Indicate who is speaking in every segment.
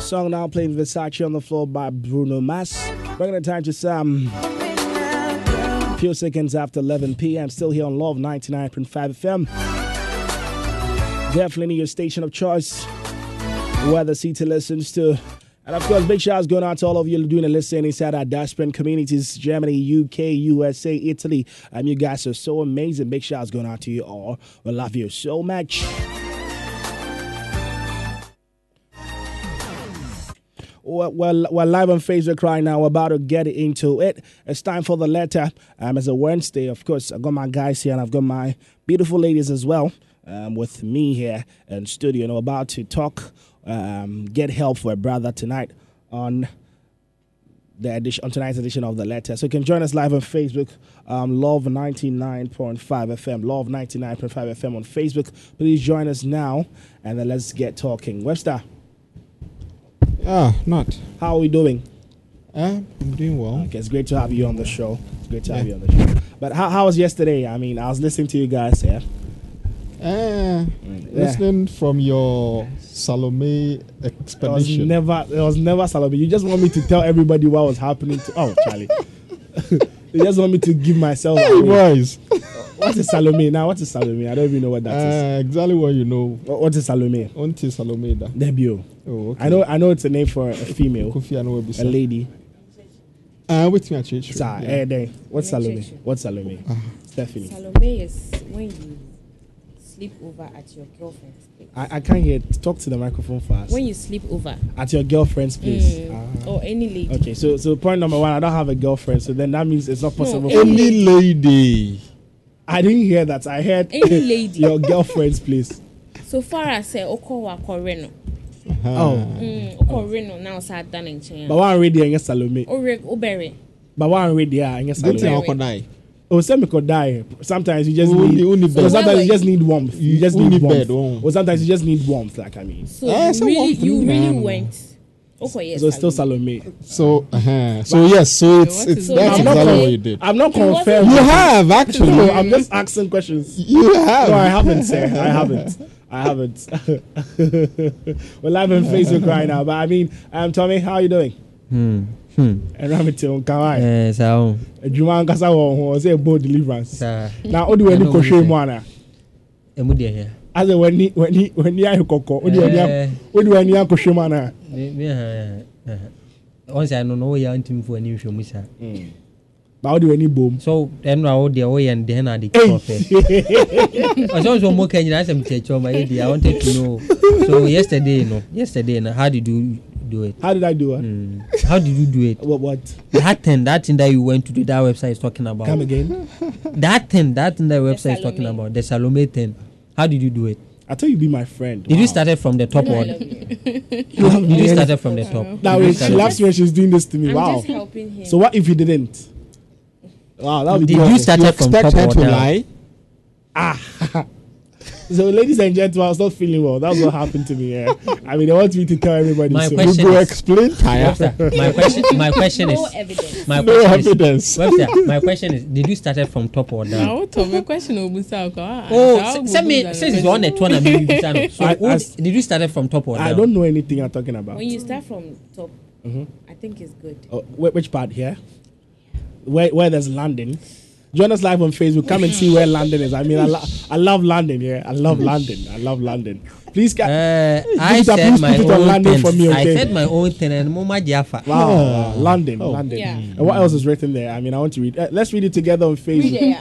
Speaker 1: Song now playing Versace on the floor by Bruno Mars. Bringing the time to Sam. Few seconds after 11 p.m. Still here on Love 99.5 FM. Definitely your station of choice. Where the city listens to. And of course, big shouts going out to all of you doing a listen inside our diaspora communities, Germany, UK, USA, Italy. Um, you guys are so amazing. Big shouts going out to you all. We love you so much. we're, we're, we're live on Facebook right now. We're about to get into it. It's time for the letter. Um, it's a Wednesday, of course. I've got my guys here and I've got my beautiful ladies as well um, with me here in studio. And we're about to talk, um, get help for a brother tonight on the edition on tonight's edition of the letter. So you can join us live on Facebook, um, Love 99.5 FM, Love 99.5 FM on Facebook. Please join us now and then let's get talking. Webster,
Speaker 2: Ah, not.
Speaker 1: how are we doing?
Speaker 2: Uh, I'm doing well.
Speaker 1: Okay, it's great to have you on the show. It's great to have you on the show. But how, how was yesterday? I mean, I was listening to you guys Mm, here.
Speaker 2: Uh, listening from your Salome
Speaker 1: It was
Speaker 2: expedition.
Speaker 1: never, it was never Salome. You just want me to tell everybody what was happening to. Oh, Charlie. you just want me to give myself. I mean,
Speaker 2: Wise.
Speaker 1: what is Salome now? What is Salome? I don't even know what that is.
Speaker 2: Uh, exactly what you know.
Speaker 1: Wha- What is Salome?
Speaker 2: Auntie Salome. da.
Speaker 1: Debut.
Speaker 2: Oh, okay.
Speaker 1: I know. I know it's a name for a female,
Speaker 2: Kofi
Speaker 1: a
Speaker 2: Anwabisa.
Speaker 1: lady.
Speaker 2: Uh, with me at church.
Speaker 1: Sa, eh, there. What's Salome? What's Salome?
Speaker 2: Ah.
Speaker 1: Stephanie.
Speaker 3: Salome is when you sleep over at your girlfriend's place.
Speaker 1: I, I can't hear. Talk to the microphone fast.
Speaker 3: When you sleep over
Speaker 1: At your girlfriend's place. Ah.
Speaker 3: mm, or any lady.
Speaker 1: Okay, so so point number one, I don't have a girlfriend, so then that means it's not possible.
Speaker 3: No,
Speaker 1: for me.
Speaker 2: Any lady.
Speaker 1: I didn't hear that. I heard
Speaker 3: Any lady.
Speaker 1: your girlfriend's place.
Speaker 3: So far as eh, okowa koreno.
Speaker 2: Uh-huh.
Speaker 1: Oh,
Speaker 3: Mm, okoreno now sa dan nkyɛn
Speaker 1: but one radio against Salome.
Speaker 3: a. Ore obere.
Speaker 1: But one radio against
Speaker 2: Don't
Speaker 1: Salome.
Speaker 2: think I could die.
Speaker 1: Oh, some could die. Sometimes you just
Speaker 2: Only-
Speaker 1: need.
Speaker 2: only
Speaker 1: oh,
Speaker 2: bed.
Speaker 1: sometimes you just need warmth. You just
Speaker 2: Only
Speaker 1: need warmth.
Speaker 2: bed, oh.
Speaker 1: Or sometimes you just need warmth. Like I mean,
Speaker 3: So
Speaker 2: Eh,
Speaker 3: you
Speaker 2: someone
Speaker 3: really
Speaker 2: from
Speaker 3: you really
Speaker 2: Ghana.
Speaker 3: went. Okoye
Speaker 1: so it's still Salome.
Speaker 2: So, uh-huh. so yes, so it's,
Speaker 3: what
Speaker 2: it's
Speaker 3: is
Speaker 2: that's
Speaker 3: it?
Speaker 1: I'm not.
Speaker 2: exactly
Speaker 1: con-
Speaker 2: what you did.
Speaker 1: I'm not
Speaker 3: It wasn't-
Speaker 1: confirmed.
Speaker 2: You have
Speaker 1: No,
Speaker 2: actually.
Speaker 1: I'm just asking questions.
Speaker 2: You have.
Speaker 1: No, I haven't, sir. I haven't. I haven't. We're live on Facebook right now, but I mean, um, Tommy, how are you doing?
Speaker 4: Ừ.
Speaker 1: And Ramit on Kawai.
Speaker 4: Eh, saa o
Speaker 1: Juman Kasa was a bold oh, deliverance.
Speaker 4: saa
Speaker 1: Now, what do we
Speaker 4: I
Speaker 1: need
Speaker 4: know
Speaker 1: to
Speaker 4: what
Speaker 1: show
Speaker 4: you
Speaker 1: Moana?
Speaker 4: emu deɛ hia
Speaker 1: As a when he, when he, when he, I coco, what do
Speaker 4: Eh.
Speaker 1: I need to show Moana?
Speaker 4: mi mi hàn hàn ɔnsa eh. ɛno na ɔyɛ ntumfo ani nhwɛ mu saa
Speaker 1: Mm. But what do I need boom?
Speaker 4: so ɛno a ɔdeɛ ɔyɛ no deɛ na ade
Speaker 1: Hey.
Speaker 4: kɔ fɛ ɔsɛ ɔsɛ ɔmo ka nyinaa asɛm kyerɛkyerɛ ɔma yɛ deɛ i wanted to know so yesterday no yesterday no how did you do it
Speaker 1: How did I do it?
Speaker 4: mm. how did you do it
Speaker 1: What, what?
Speaker 4: that thing that thing that you went to do that website is talking about
Speaker 1: Come again?
Speaker 4: that thing that thing that website is talking
Speaker 3: Salome.
Speaker 4: about the salome thing how did you do it
Speaker 1: I thought you'd be my friend.
Speaker 4: did
Speaker 1: Wow.
Speaker 4: you started from the top or did you
Speaker 1: Yes.
Speaker 4: started from the top
Speaker 1: That
Speaker 4: Did you
Speaker 1: way, she
Speaker 4: started-
Speaker 1: laughs when she's doing this to me.
Speaker 3: I'm
Speaker 1: wow.
Speaker 3: just helping him.
Speaker 1: So what if you didn't? Wow, that would be
Speaker 4: Did you
Speaker 1: beautiful.
Speaker 4: start-
Speaker 2: You
Speaker 4: Started from
Speaker 2: expect
Speaker 4: cup
Speaker 2: her to
Speaker 4: water.
Speaker 2: lie?
Speaker 1: Ah. So, ladies and gentlemen, I was not feeling well. That's what happened to me. Yeah. I mean, they want me to tell everybody.
Speaker 4: My
Speaker 1: so.
Speaker 2: You
Speaker 4: question
Speaker 2: go
Speaker 4: is-
Speaker 2: explain to her.
Speaker 4: Webster, my question, my question
Speaker 3: no
Speaker 4: is,
Speaker 3: evidence.
Speaker 4: my
Speaker 2: No
Speaker 4: question is,
Speaker 2: evidence.
Speaker 4: Webster, my question is, did you start it from top or down?
Speaker 5: Now, to me question will be so. Oh,
Speaker 4: Oh, send me since it's one at one. I mean, you know. So,
Speaker 1: I-
Speaker 4: who-
Speaker 1: I-
Speaker 4: did you start it from top or down?
Speaker 1: I don't know anything you're talking about. Mm-hmm.
Speaker 3: When you start from top, I think it's good.
Speaker 1: Oh, wh- which part here? Where where there's London? Join us live on Facebook. Come and see where London is. I mean, I, lo- I love London. Yeah, I love London. I love London. Please, ca-
Speaker 4: Uh, I
Speaker 1: Please, uh,
Speaker 4: said
Speaker 1: please
Speaker 4: my
Speaker 1: put it on
Speaker 4: own
Speaker 1: landing
Speaker 4: thing.
Speaker 1: for me,
Speaker 4: I
Speaker 1: okay?
Speaker 4: said my own thing, and Mama Jaffa.
Speaker 1: wow, Oh, London,
Speaker 4: Oh.
Speaker 1: London.
Speaker 3: Yeah.
Speaker 1: And what else is written there? I mean, I want to read. Uh, let's read it together on Facebook.
Speaker 3: Yeah,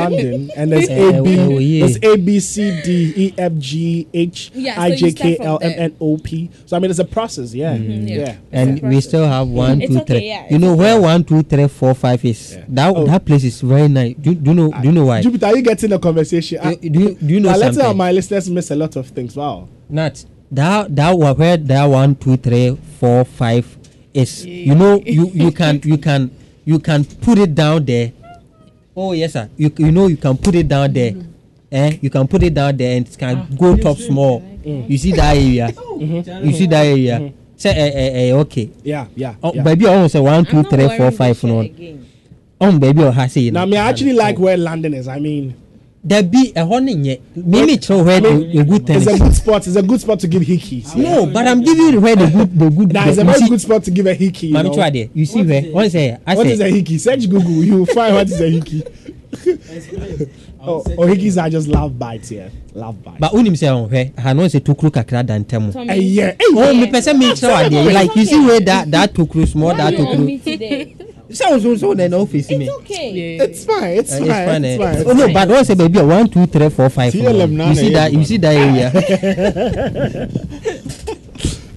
Speaker 1: London, and there's
Speaker 4: Eh,
Speaker 1: A B,
Speaker 4: oh, yeah.
Speaker 1: there's A B C D E F G H
Speaker 3: Yeah, so
Speaker 1: I
Speaker 3: you
Speaker 1: J
Speaker 3: start
Speaker 1: K
Speaker 3: from
Speaker 1: L M
Speaker 3: there.
Speaker 1: N O P. So I mean, it's a process. Yeah,
Speaker 4: Mm-hmm.
Speaker 1: Mm-hmm.
Speaker 3: yeah.
Speaker 1: yeah.
Speaker 4: And we still have one,
Speaker 3: It's
Speaker 4: two, three.
Speaker 3: okay, yeah,
Speaker 4: you
Speaker 3: it's
Speaker 4: know where one, two, three, four, five is. That
Speaker 1: Oh.
Speaker 4: that place is very nice. Do, do you know? Do you know why?
Speaker 1: Jupiter, are you getting the conversation? I-
Speaker 4: Do, do you do you know
Speaker 1: I let
Speaker 4: something?
Speaker 1: my listeners miss a lot of things. Wow.
Speaker 4: Not that that wa- where that one, two, three, four, five is. You know, you you can you can you can put it down there. Oh yes, sir. You you know you can put it down there.
Speaker 3: Mm-hmm.
Speaker 4: Eh, you can put it down there and it can
Speaker 3: Ah.
Speaker 4: go top small.
Speaker 3: Mm-hmm.
Speaker 4: You see that area. You see that area. Say eh, eh, eh, okay.
Speaker 1: Yeah, yeah.
Speaker 4: Oh,
Speaker 1: yeah.
Speaker 4: baby, I say one, two,
Speaker 3: I'm not
Speaker 4: three, four,
Speaker 3: wearing this
Speaker 4: five.
Speaker 3: shirt
Speaker 4: No,
Speaker 3: again.
Speaker 4: oh, baby, I say.
Speaker 1: now, I mean, I actually like where London is. I mean,
Speaker 4: There be a honey yet. Maybe throw where the a good
Speaker 1: it's a
Speaker 4: tennis.
Speaker 1: good spot. It's a good spot to give hickeys. Yeah.
Speaker 4: No, but I'm giving you where the good, the good.
Speaker 1: Nah, it's a
Speaker 4: you
Speaker 1: very
Speaker 4: see-
Speaker 1: good spot to give a hickey. You
Speaker 4: Mami
Speaker 1: know?
Speaker 4: Chua there. You see where? Once there, I
Speaker 1: What is a
Speaker 4: said.
Speaker 1: hickey? Search Google. You will find what is a hickey. oh, oh, hickeys are just love bites. Yeah, love bites.
Speaker 4: But unim say on where? I know say tukuru kakra than temu.
Speaker 3: Tommy,
Speaker 1: Eh, yeah. Hey,
Speaker 4: Oh, me person me show are there. Like you see where that that tukuru small
Speaker 3: why
Speaker 4: that
Speaker 3: you on
Speaker 4: tukuru.
Speaker 3: me today?
Speaker 4: Sounds so so then office me.
Speaker 3: It's
Speaker 4: Uh,
Speaker 3: okay.
Speaker 1: it's fine. It's
Speaker 4: It's
Speaker 1: fine.
Speaker 4: fine.
Speaker 1: It's
Speaker 4: eh.
Speaker 1: fine.
Speaker 4: Oh no, but once say baby one two three four five.
Speaker 2: TLM
Speaker 4: no. You
Speaker 2: nana,
Speaker 4: see
Speaker 2: eh,
Speaker 4: that? You
Speaker 2: man.
Speaker 4: see that area?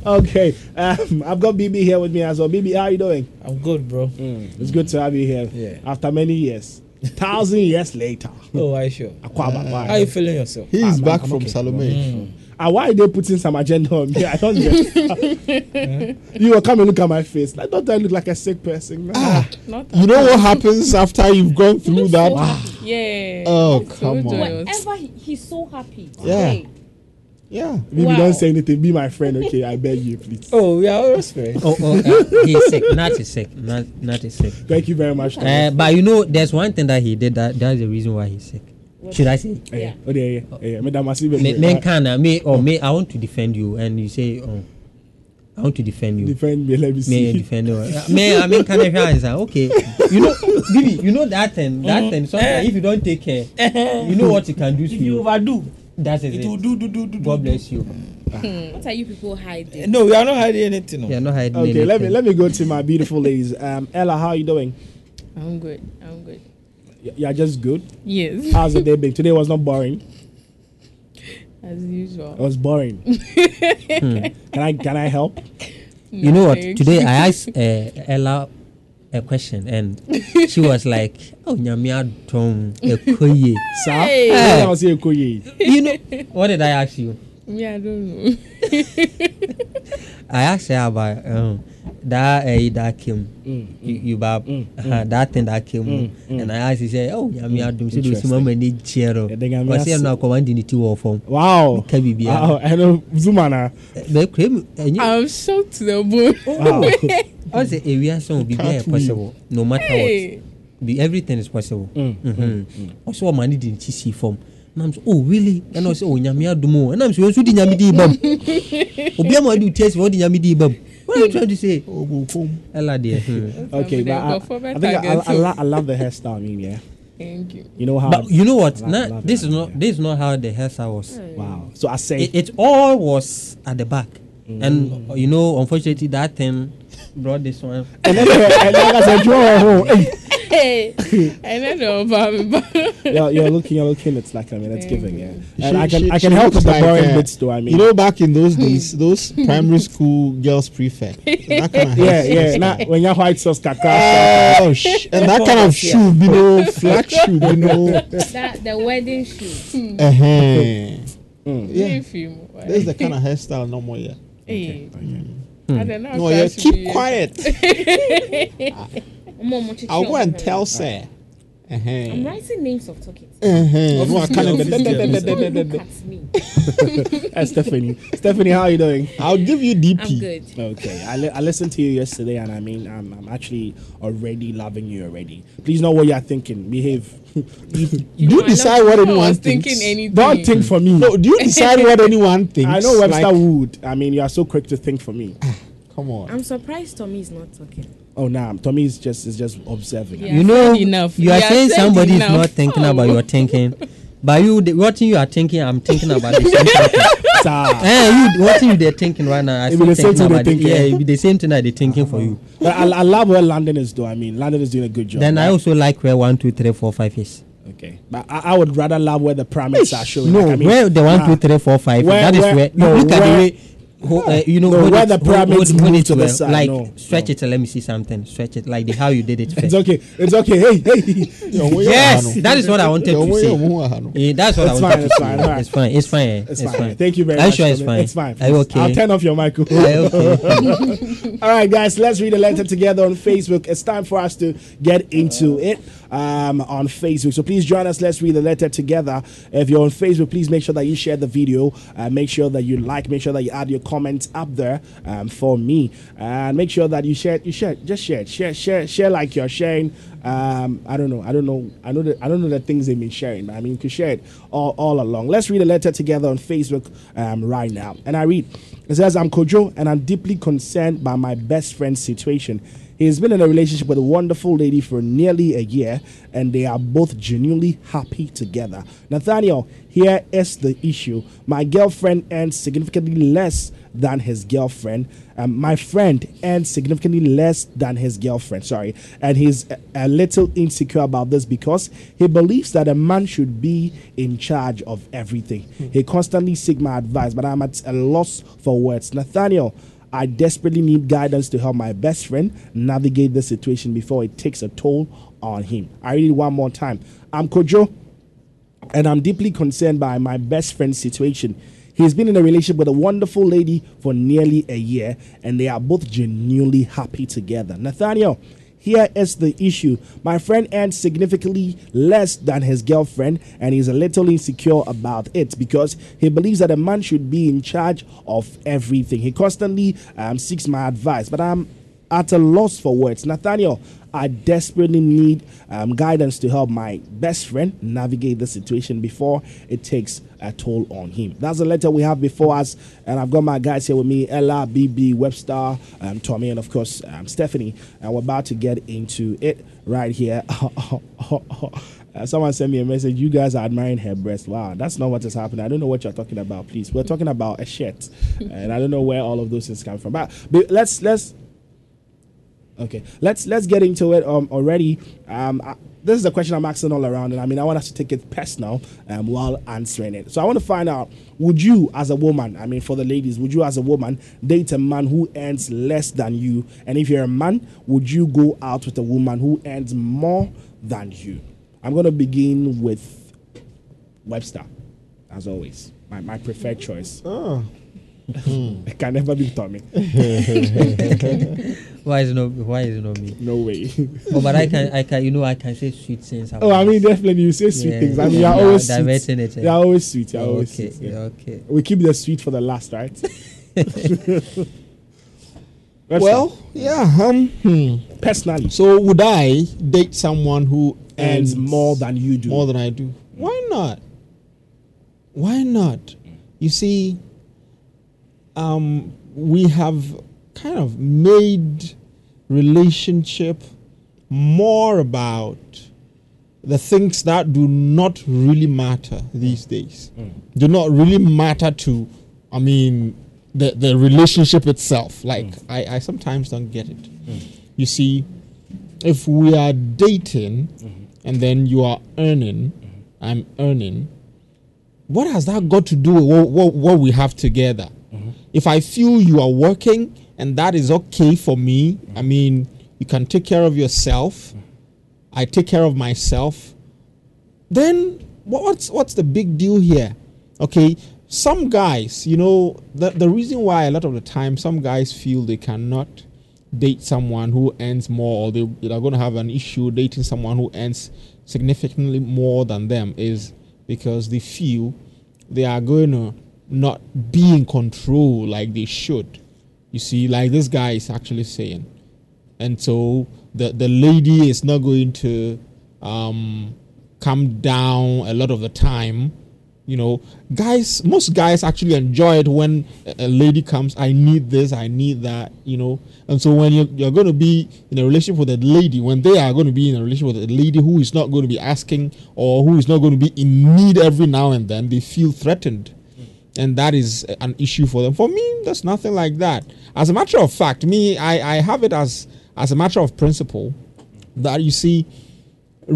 Speaker 1: Okay. Um, I've got BB here with me as well. BB, how are you doing? Mm,
Speaker 6: I'm good, bro.
Speaker 1: It's good to have you here.
Speaker 6: Yeah.
Speaker 1: After many years, thousand years later.
Speaker 6: Oh, I sure.
Speaker 1: Akwaba, why?
Speaker 6: How you feeling yourself? Ah,
Speaker 2: He is back from
Speaker 6: Mm.
Speaker 2: Salome.
Speaker 1: Ah, why are they putting some agenda on me? I don't get You will come and look at my face. Like, don't I look like a sick person?
Speaker 5: Not
Speaker 2: Ah. You know what happens after you've gone through that?
Speaker 5: yeah.
Speaker 2: Oh,
Speaker 5: so
Speaker 2: come on.
Speaker 5: joyous.
Speaker 3: Whatever, he, he's so happy.
Speaker 2: Yeah.
Speaker 3: Today.
Speaker 2: Yeah.
Speaker 1: Maybe
Speaker 5: Wow.
Speaker 1: don't say anything. Be my friend, okay? I beg you, please.
Speaker 6: Oh, we are always friends.
Speaker 4: Oh oh, uh, he's sick. Not is sick. Not not is sick.
Speaker 1: Thank you very
Speaker 2: Eh.
Speaker 1: much.
Speaker 4: Uh, but you know, there's one thing that he did. That that's the reason why he's sick. Should I say?
Speaker 1: Eh, Oh, yeah, yeah, yeah. Madam, I see
Speaker 4: Me,
Speaker 1: you.
Speaker 4: men can uh, me
Speaker 1: Oh.
Speaker 4: or me. I want to defend you, and you say, oh, I want to defend you.
Speaker 1: Defend me. Let me
Speaker 4: May
Speaker 1: see.
Speaker 4: defend her. May I mean can I answer? Okay. You know, Bibi, you know that thing. That thing. Sometimes if you don't take care, you know what you can do to
Speaker 6: Mm-hmm. Eh. If you
Speaker 4: you.
Speaker 6: overdo,
Speaker 4: That is
Speaker 6: it will
Speaker 4: it.
Speaker 6: do, do, do, do.
Speaker 4: God bless you.
Speaker 3: Hmm. What are you people
Speaker 6: do.
Speaker 3: hiding?
Speaker 6: No, we are not hiding anything. No.
Speaker 4: Yeah, not hiding
Speaker 1: Okay, let me
Speaker 4: anything.
Speaker 1: let me go to my beautiful ladies. Um, Ella, how are you doing?
Speaker 5: I'm good. I'm good.
Speaker 1: Y- You're just good.
Speaker 5: Yes,
Speaker 1: How's the day been? Today was not boring.
Speaker 5: as
Speaker 1: It
Speaker 5: usual.
Speaker 1: was boring.
Speaker 4: Hmm.
Speaker 2: Hmm.
Speaker 1: Can I can I help?
Speaker 4: you know what?
Speaker 5: Nothing.
Speaker 4: Today I asked uh, Ella a question, and she was like, "Oh, nyamia tom ekoye."
Speaker 1: Sir,
Speaker 5: Hey.
Speaker 1: I was here, Koye.
Speaker 4: You know what did I ask you?
Speaker 5: Me, I don't know.
Speaker 4: I asked her about um, that eh, that came,
Speaker 1: Mm,
Speaker 4: you, you bab, uh, that thing that came, and I asked, he said, oh, yeah, me, I do, so do some money, chero.
Speaker 1: Yeah, they can
Speaker 4: I
Speaker 1: be
Speaker 4: oh." said,
Speaker 1: asked-
Speaker 4: no, come on, you need to work from.
Speaker 1: Wow. Oh,
Speaker 4: Ka biribiara.
Speaker 1: Wow,
Speaker 2: ah.
Speaker 1: I know Zumana.
Speaker 2: Eh,
Speaker 4: But cream, and you,
Speaker 5: I'm shocked to the bone.
Speaker 1: Wow.
Speaker 4: I say, eh, we are so be there possible, no matter
Speaker 5: Hey.
Speaker 4: what. Be everything is possible.
Speaker 1: Mm,
Speaker 4: Mm-hmm. Also, money didn't she see from. And I'm so, oh, really? And I say, oh, nyami adumo. And I'm so, you should nyami di bam. Obiama do test for the nyami di bam. What are you trying to say? Ella dear. hmm.
Speaker 1: Oh, Okay,
Speaker 5: Somebody
Speaker 1: but I, I
Speaker 5: go for better
Speaker 1: think I, I,
Speaker 5: again,
Speaker 1: I,
Speaker 5: so.
Speaker 1: lo- I love the hairstyle. I mean, yeah,
Speaker 5: Thank you.
Speaker 1: you know how.
Speaker 4: But you know what?
Speaker 1: I
Speaker 4: Nah,
Speaker 1: love
Speaker 4: this
Speaker 1: it,
Speaker 4: is not
Speaker 1: yeah.
Speaker 4: this is not how the hairstyle was.
Speaker 1: wow. So I Mm. say,
Speaker 4: It, it all was at the back, and uh, you know, unfortunately, that thing brought this one.
Speaker 1: and then, and then I said, you're home. Hey,
Speaker 5: Hey, I don't know about me, but
Speaker 1: you're, you're looking, you're looking. It's like I mean, it's giving. Yeah, and
Speaker 2: She-
Speaker 1: I can,
Speaker 2: she-
Speaker 1: I can
Speaker 2: she
Speaker 1: help with
Speaker 2: looks
Speaker 1: the
Speaker 2: like,
Speaker 1: boring
Speaker 2: uh,
Speaker 1: bits too. I mean,
Speaker 2: You know, back in those days, those primary school girls prefect. That kind of
Speaker 1: yeah,
Speaker 2: hairstyle.
Speaker 1: yeah. Nah, when you're white sauce, kaka.
Speaker 2: Oh, sh- and that kind of shoe, you know, flat shoe, you know.
Speaker 3: That the wedding shoot.
Speaker 2: Uh-huh. Yeah,
Speaker 5: if you,
Speaker 2: that's the kind of hairstyle no more here.
Speaker 5: hey,
Speaker 1: Hmm.
Speaker 5: I don't know.
Speaker 2: No,
Speaker 5: if I
Speaker 2: yeah,
Speaker 5: should
Speaker 2: keep
Speaker 5: be-
Speaker 2: quiet.
Speaker 3: Omo, omo, chichi,
Speaker 2: I'll go
Speaker 3: omo,
Speaker 2: and
Speaker 3: omo.
Speaker 2: tell sir.
Speaker 3: I'm
Speaker 2: Uh-huh.
Speaker 3: writing names of targets.
Speaker 2: Uh-huh. No, I
Speaker 6: Obviously,
Speaker 2: can't.
Speaker 6: obviously.
Speaker 3: Don't look at me.
Speaker 1: That's Stephanie. Stephanie, how are you doing?
Speaker 2: I'll give you DP.
Speaker 3: I'm good.
Speaker 1: Okay, I, li- I listened to you yesterday, and I mean, I'm, I'm actually already loving you already. Please know what you are thinking. Behave.
Speaker 2: Do
Speaker 5: know, I
Speaker 2: you
Speaker 5: love-
Speaker 2: decide what
Speaker 5: I
Speaker 2: anyone
Speaker 5: was
Speaker 2: thinks?
Speaker 5: thinking anything.
Speaker 1: Don't think for me.
Speaker 2: No, do you decide what anyone thinks?
Speaker 1: I know Webster
Speaker 2: Like,
Speaker 1: would. I mean, you are so quick to think for me.
Speaker 2: come on.
Speaker 3: I'm surprised Tommy is not talking.
Speaker 1: Oh, nah, Tommy is just is just observing.
Speaker 5: Yeah.
Speaker 4: you
Speaker 5: said
Speaker 4: know
Speaker 5: enough.
Speaker 4: you are
Speaker 5: Yeah,
Speaker 4: saying
Speaker 5: said
Speaker 4: somebody is
Speaker 5: enough.
Speaker 4: not thinking about
Speaker 5: Oh.
Speaker 4: your thinking but you the, what thing you are thinking i'm thinking about the same thing
Speaker 1: Sir.
Speaker 4: eh you what thing you they thinking right now i
Speaker 1: It be
Speaker 4: still
Speaker 1: the same thing
Speaker 4: thinking
Speaker 1: they
Speaker 4: about it
Speaker 1: thinking.
Speaker 4: yeah it be the same thing i they thinking for you
Speaker 1: But I, I love where London is doing. I mean, London is doing a good job.
Speaker 4: then i
Speaker 1: right?
Speaker 4: also like where one two three four five is
Speaker 1: okay. But I, I would rather love where the pyramids are showing.
Speaker 4: no
Speaker 1: Like, I mean,
Speaker 4: where the one
Speaker 1: nah.
Speaker 4: two three four five
Speaker 1: Where-
Speaker 4: that is
Speaker 1: where-
Speaker 4: where
Speaker 1: no,
Speaker 4: you look at
Speaker 1: where-
Speaker 4: the way ho- uh, you know
Speaker 1: No,
Speaker 4: hold
Speaker 1: where
Speaker 4: it-
Speaker 1: the
Speaker 4: hold-
Speaker 1: pyramids
Speaker 4: hold- hold
Speaker 1: move
Speaker 4: it
Speaker 1: to the
Speaker 4: well.
Speaker 1: side,
Speaker 4: like
Speaker 1: no,
Speaker 4: stretch it and let me see something stretch it like the how you did it
Speaker 1: It's
Speaker 4: first.
Speaker 1: okay. It's okay. Hey, hey.
Speaker 4: yes that is what i wanted to say
Speaker 2: say.
Speaker 4: Yeah, that's what
Speaker 1: It's
Speaker 4: I
Speaker 1: fine,
Speaker 4: wanted
Speaker 1: it's
Speaker 4: to
Speaker 1: fine,
Speaker 4: say.
Speaker 1: fine.
Speaker 4: It's fine. It's fine. eh?
Speaker 1: It's, fine. Thank you very
Speaker 4: Are you
Speaker 1: much.
Speaker 4: sure it's
Speaker 1: Tommy.
Speaker 4: fine?
Speaker 1: It's fine.
Speaker 4: Are you
Speaker 1: please. I'll
Speaker 4: okay?
Speaker 1: turn off your mic.
Speaker 4: Eh, okay.
Speaker 1: All right, guys, let's read a letter together on Facebook. It's time for us to get into it um, on Facebook. So please join us. Let's read the letter together. If you're on Facebook, please make sure that you share the video. Uh, make sure that you like. Make sure that you add your comments up there um, for me. And make sure that you share. You share. Just share. it. Share. Share. Share like you're sharing. Um, I don't know. I don't know. I know that I don't know the things they've been sharing. But I mean, you could share it all, all along. Let's read a letter together on Facebook um, right now. And I read. It says, I'm Kojo and I'm deeply concerned by my best friend's situation. He has been in a relationship with a wonderful lady for nearly a year and they are both genuinely happy together. Nathaniel, here is the issue. My girlfriend earns significantly less than his girlfriend. Um, my friend earns significantly less than his girlfriend, sorry. And he's a, a little insecure about this because he believes that a man should be in charge of everything. He constantly seeks my advice, but I'm at a loss for words. Nathaniel, I desperately need guidance to help my best friend navigate this situation before it takes a toll on him. I read it one more time. I'm Kojo and I'm deeply concerned by my best friend's situation. He's been in a relationship with a wonderful lady for nearly a year, and they are both genuinely happy together. Nathaniel, here is the issue. My friend earns significantly less than his girlfriend, and he's a little insecure about it because he believes that a man should be in charge of everything. He constantly um, seeks my advice, but I'm at a loss for words. Nathaniel, I desperately need um, guidance to help my best friend navigate the situation before it takes a toll on him. That's the letter we have before us, and I've got my guys here with me: Ella, BB, Webster, um, Tommy, and of course um, Stephanie. And we're about to get into it right here. Uh, someone sent me a message. You guys are admiring her breast. Wow, that's not what is happening. I don't know what you're talking about. Please, we're talking about a shirt, and I don't know where all of those things come from. But, but let's let's Okay, let's let's get into it um, already. Um, I, this is a question I'm asking all around, and I mean I want us to take it personal um, while answering it. So I want to find out: Would you, as a woman, I mean for the ladies, would you, as a woman, date a man who earns less than you? And if you're a man, would you go out with a woman who earns more than you? I'm gonna begin with Webster, as always, my, my preferred choice. it can never be Tommy.
Speaker 4: why is it not? Why is it not me?
Speaker 1: No way.
Speaker 4: Oh, but I can. I can. You know, I can say sweet things.
Speaker 1: Oh, I
Speaker 4: about
Speaker 1: mean,
Speaker 4: it.
Speaker 1: definitely you say sweet
Speaker 4: Yeah,
Speaker 1: things. I mean,
Speaker 4: yeah,
Speaker 1: you're
Speaker 4: yeah,
Speaker 1: always
Speaker 4: diverting
Speaker 1: sweet.
Speaker 4: it, eh?
Speaker 1: You're always sweet. You're always
Speaker 4: okay.
Speaker 1: sweet. yeah.
Speaker 4: Okay.
Speaker 1: We keep the sweet for the last, right? Webster,
Speaker 2: Well, yeah. Um, hmm.
Speaker 1: personally,
Speaker 2: So would I date someone who
Speaker 1: earns more than you do.
Speaker 2: more than I do? Why not? Why not? You see, um, we have kind of made relationship more about the things that do not really matter these days.
Speaker 1: Hmm.
Speaker 2: Do not really matter to, I mean, the, the relationship itself. Like, I, I sometimes don't get it. You see, if we are dating and then you are earning, I'm earning, what has that got to do with what, what, what we have together? If I feel you are working and that is okay for me, I mean, you can take care of yourself, I take care of myself, then wha- what's, what's the big deal here? Okay, some guys, you know, the, the reason why a lot of the time some guys feel they cannot date someone who earns more or they, they're going to have an issue dating someone who earns significantly more than them is because they feel they are going to not be in control like they should. You see, like this guy is actually saying. And so the, the lady is not going to um, come down a lot of the time. You know, guys, most guys actually enjoy it when a a lady comes, I need this, I need that, you know. And so when you're, you're going to be in a relationship with a lady, when they are going to be in a relationship with a lady who is not going to be asking or who is not going to be in need every now and then, they feel threatened and that is an issue for them. For me, there's nothing like that. As a matter of fact, me, I, I have it as as a matter of principle that you see,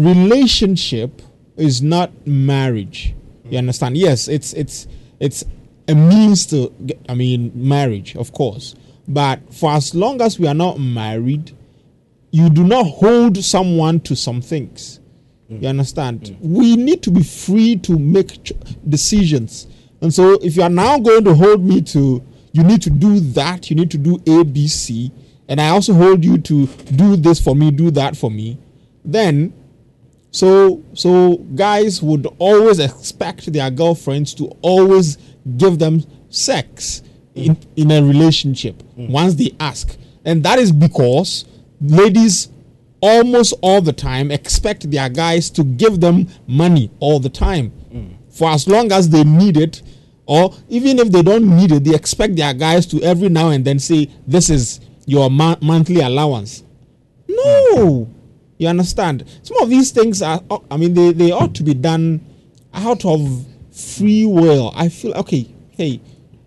Speaker 2: relationship is not marriage. You understand? Yes, it's it's it's a means to. Get, I mean, marriage, of course. But for as long as we are not married, you do not hold someone to some things. You understand? We need to be free to make ch- decisions. And so, if you are now going to hold me to, you need to do that, you need to do A, B, C, and I also hold you to do this for me, do that for me, then so so guys would always expect their girlfriends to always give them sex in, in a relationship once they ask. And that is because ladies almost all the time expect their guys to give them money all the time. For as long as they need it, or even if they don't need it, they expect their guys to every now and then say, This is your mon- monthly allowance. No. You understand? Some of these things are, uh, I mean, they, they ought to be done out of free will. I feel, okay, hey,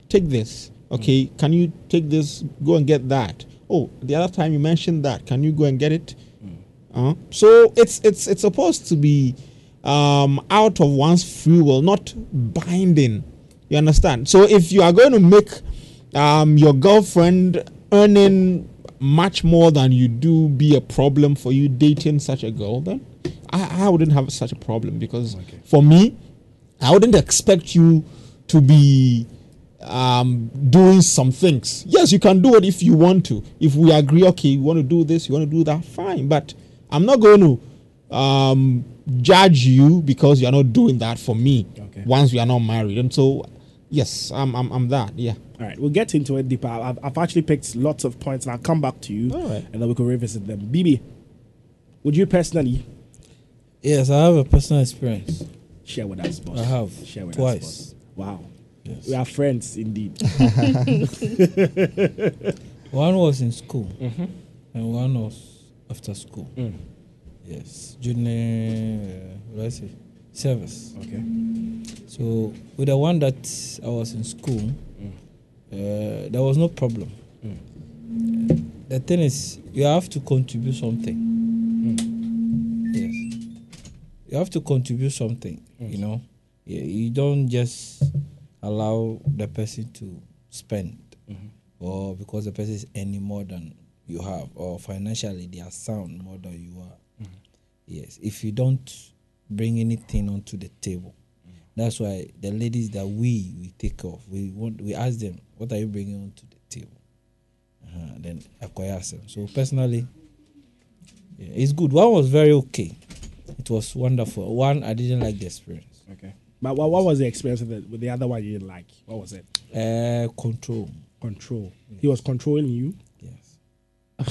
Speaker 2: take this. Okay, can you take this? Go and get that. Oh, the other time you mentioned that. Can you go and get it? Uh, so it's it's it's supposed to be um, out of one's free will, not binding. You understand? So if you are going to make um, your girlfriend earning much more than you do be a problem for you dating such a girl, then I, I wouldn't have such a problem because for me, I wouldn't expect you to be um, doing some things. Yes, you can do it if you want to. If we agree, okay, you want to do this, you want to do that, fine. But I'm not going to um, judge you because you're not doing that for me
Speaker 1: Okay.
Speaker 2: once we are not married. And so, yes, I'm, I'm, I'm that. Yeah.
Speaker 1: All right, we'll get into it deeper. I've, I've actually picked lots of points, and I'll come back to you,
Speaker 2: All right.
Speaker 1: and then we can revisit them. Bibi, would you personally
Speaker 6: Yes, I have a personal experience.
Speaker 1: share with us, boss?
Speaker 6: I have.
Speaker 1: share with
Speaker 6: Twice.
Speaker 1: us, boss. Wow,
Speaker 6: Yes.
Speaker 1: we are friends indeed.
Speaker 6: One was in school,
Speaker 1: Mm-hmm.
Speaker 6: and one was after school.
Speaker 1: Mm.
Speaker 6: Yes, junior. Uh, what do I say? Service.
Speaker 1: okay,
Speaker 6: So with the one that I was in school,
Speaker 1: Mm.
Speaker 6: uh, there was no problem.
Speaker 1: Mm.
Speaker 6: The thing is, you have to contribute something. Yes, you have to contribute something. You know, Yeah, you don't just allow the person to spend, or because the person is any more than you have, or financially they are sound more than you are. Yes, if you don't bring anything onto the table, that's why the ladies that we we take off, we want we ask them, what are you bringing onto the table? Uh-huh. Then acquire them. So personally, yeah, it's good. One was very okay. It was wonderful. One I didn't like the experience.
Speaker 1: okay. But what, what was the experience with the, with the other one you didn't like? What was it?
Speaker 6: Uh, control.
Speaker 1: Control. He was controlling you.
Speaker 6: Yes.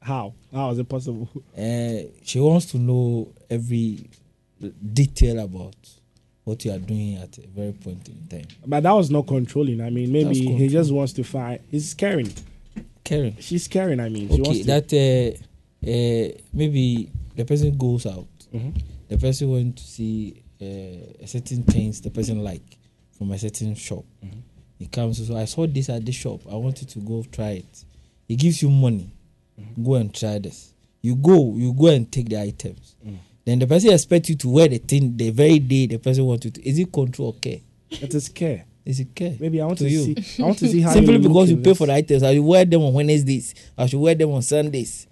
Speaker 1: How? How is it possible?
Speaker 6: Uh, she wants to know every detail about what you are doing at a very point in time.
Speaker 1: But that was not controlling. I mean, maybe
Speaker 6: That's
Speaker 1: he
Speaker 6: control.
Speaker 1: just wants to fight. He's caring.
Speaker 6: Karen.
Speaker 1: She's caring. I mean, she wants
Speaker 6: okay
Speaker 1: to.
Speaker 6: that uh, uh, maybe the person goes out
Speaker 1: Mm-hmm.
Speaker 6: the person went to see uh, a certain things the person like from a certain shop
Speaker 1: Mm-hmm.
Speaker 6: he comes so i saw this at the shop i wanted to go try it he gives you money
Speaker 1: Mm-hmm.
Speaker 6: go and try this you go you go and take the items
Speaker 1: Mm.
Speaker 6: then the person expects you to wear the thing the very day the person wants you to is it control or care
Speaker 1: it is care.
Speaker 6: is it care
Speaker 1: Maybe I want to,
Speaker 6: you
Speaker 1: see. I want to see how.
Speaker 6: simply
Speaker 1: you look
Speaker 6: because you
Speaker 1: in
Speaker 6: pay
Speaker 1: this.
Speaker 6: for the items i should wear them on wednesdays i should wear them on sundays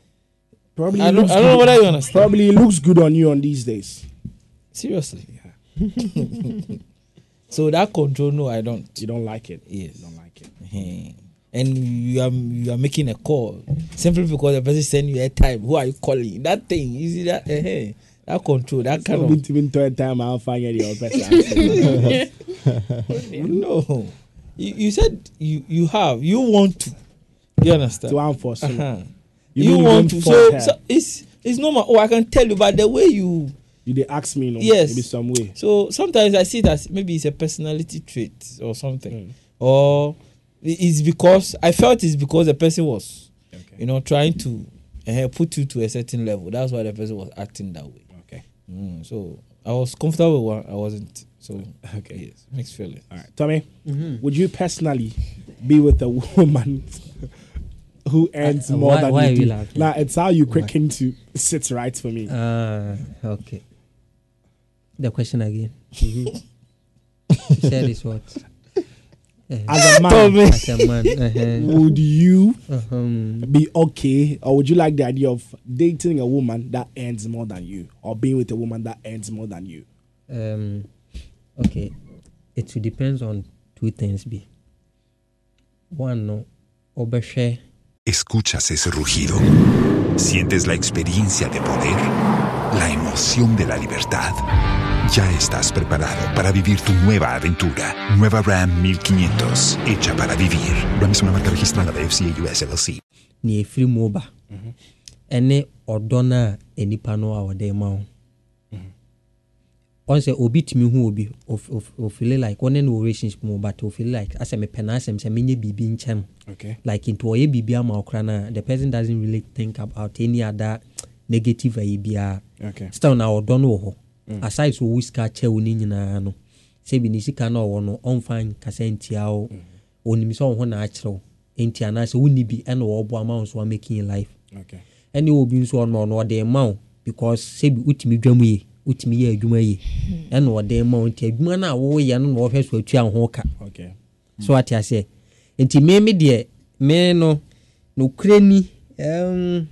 Speaker 1: Probably
Speaker 6: I don't-
Speaker 1: looks
Speaker 6: I don't know
Speaker 1: good-
Speaker 6: whether you understand.
Speaker 1: Probably it looks good on you on these days.
Speaker 6: Seriously. so that control, no, I don't.
Speaker 1: You don't like it.
Speaker 6: Yes.
Speaker 1: You don't like it.
Speaker 6: Eh. and you are you are making a call simply because the person send you a time. Who are you calling? That thing. You see that? eh, eh, that control. That kind
Speaker 1: Obi
Speaker 6: of
Speaker 1: timi ntɔ ɛtan ma afa yɛ deɛ ɔpɛ saa.
Speaker 6: no. You, you said you you have you want to. You understand?
Speaker 1: To one for so.
Speaker 6: Uh-huh.
Speaker 1: You
Speaker 6: You,
Speaker 1: mean you don't
Speaker 6: want to.
Speaker 1: force
Speaker 6: So,
Speaker 1: her?
Speaker 6: so it's it's normal. Oh, I can tell you, but the way you
Speaker 1: You dey ask me no.
Speaker 6: Yes.
Speaker 1: Maybe some way.
Speaker 6: So sometimes I see that maybe it's a personality trait or
Speaker 1: Hmm.
Speaker 6: something, or i- it's because I felt it's because the person was,
Speaker 7: Okay.
Speaker 6: you know, trying to uh, put you to a certain level. That's why the person was acting that way.
Speaker 7: Okay.
Speaker 6: Mm, so I was comfortable with one, I wasn't. So
Speaker 7: Okay.
Speaker 6: yes, mixed feelings.
Speaker 1: All right, Tommy.
Speaker 4: Mm-hmm.
Speaker 1: Would you personally be with a woman who earns
Speaker 4: Uh, uh,
Speaker 1: more
Speaker 4: why-
Speaker 1: than
Speaker 4: why are
Speaker 1: you
Speaker 4: you
Speaker 1: do?
Speaker 4: laughing?
Speaker 1: Nah, it's how you quicken to sit right for me.
Speaker 4: Ah, okay. The question again. You said is what?
Speaker 1: As a man,
Speaker 4: Tommy. Uh-huh. As a man. Uh-huh.
Speaker 1: would you
Speaker 4: Uh-huh.
Speaker 1: be okay, or would you like the idea of dating a woman that earns more than you, or being with a woman that earns more than you?
Speaker 4: Um, okay. It will depends on two things. B. One, no. Obeshe.
Speaker 8: ¿Escuchas ese rugido? ¿Sientes la experiencia de poder? ¿La emoción de la libertad? Ya estás preparado para vivir tu nueva aventura. Nueva Ram 1500, hecha para vivir. Ram es una marca registrada de FCA US LLC.
Speaker 4: ne efiri mu ba ɛne ɔdɔ no a enipa no a ɔde ma wo ɔn sɛ obi tumi hu obi of- of- ofili like ɔne no wɔ relationship mu but ofili like asɛ mepɛ na asɛm sɛ menyɛ biribi nkyɛn
Speaker 1: Okay.
Speaker 4: like nti ɔyɛ biribi ama ɔkora no a the person doesn't really think about any other negative ayi biara
Speaker 1: Okay. Mm.
Speaker 4: still na ɔdɔ no wɔ hɔ aside sɛ ɔwɔ sika kyɛ wo no nyinaa no sɛbi ne sika no a ɔwɔ no ɔmfa nkasa ntia wo
Speaker 1: Mm-hmm.
Speaker 4: ɔnim sɛ ɔho na akyerɛ wo enti anaasɛ wonni bi ɛna wɔɔboa ma wo so amaking in life
Speaker 1: Okay.
Speaker 4: ɛne wɔ bi nso ɔno ɔno ɔde ma wo because sɛbi wotumi dwam yie wotumi yɛ adwuma yie
Speaker 1: Mm-hmm.
Speaker 4: ɛna ɔde ma wo nti adwuma no a woyɛ no na wɔhwɛ so atua wo ho ka
Speaker 1: Okay.
Speaker 4: so ate aseɛ nti me me deɛ me no nokorɛ ni ɛm,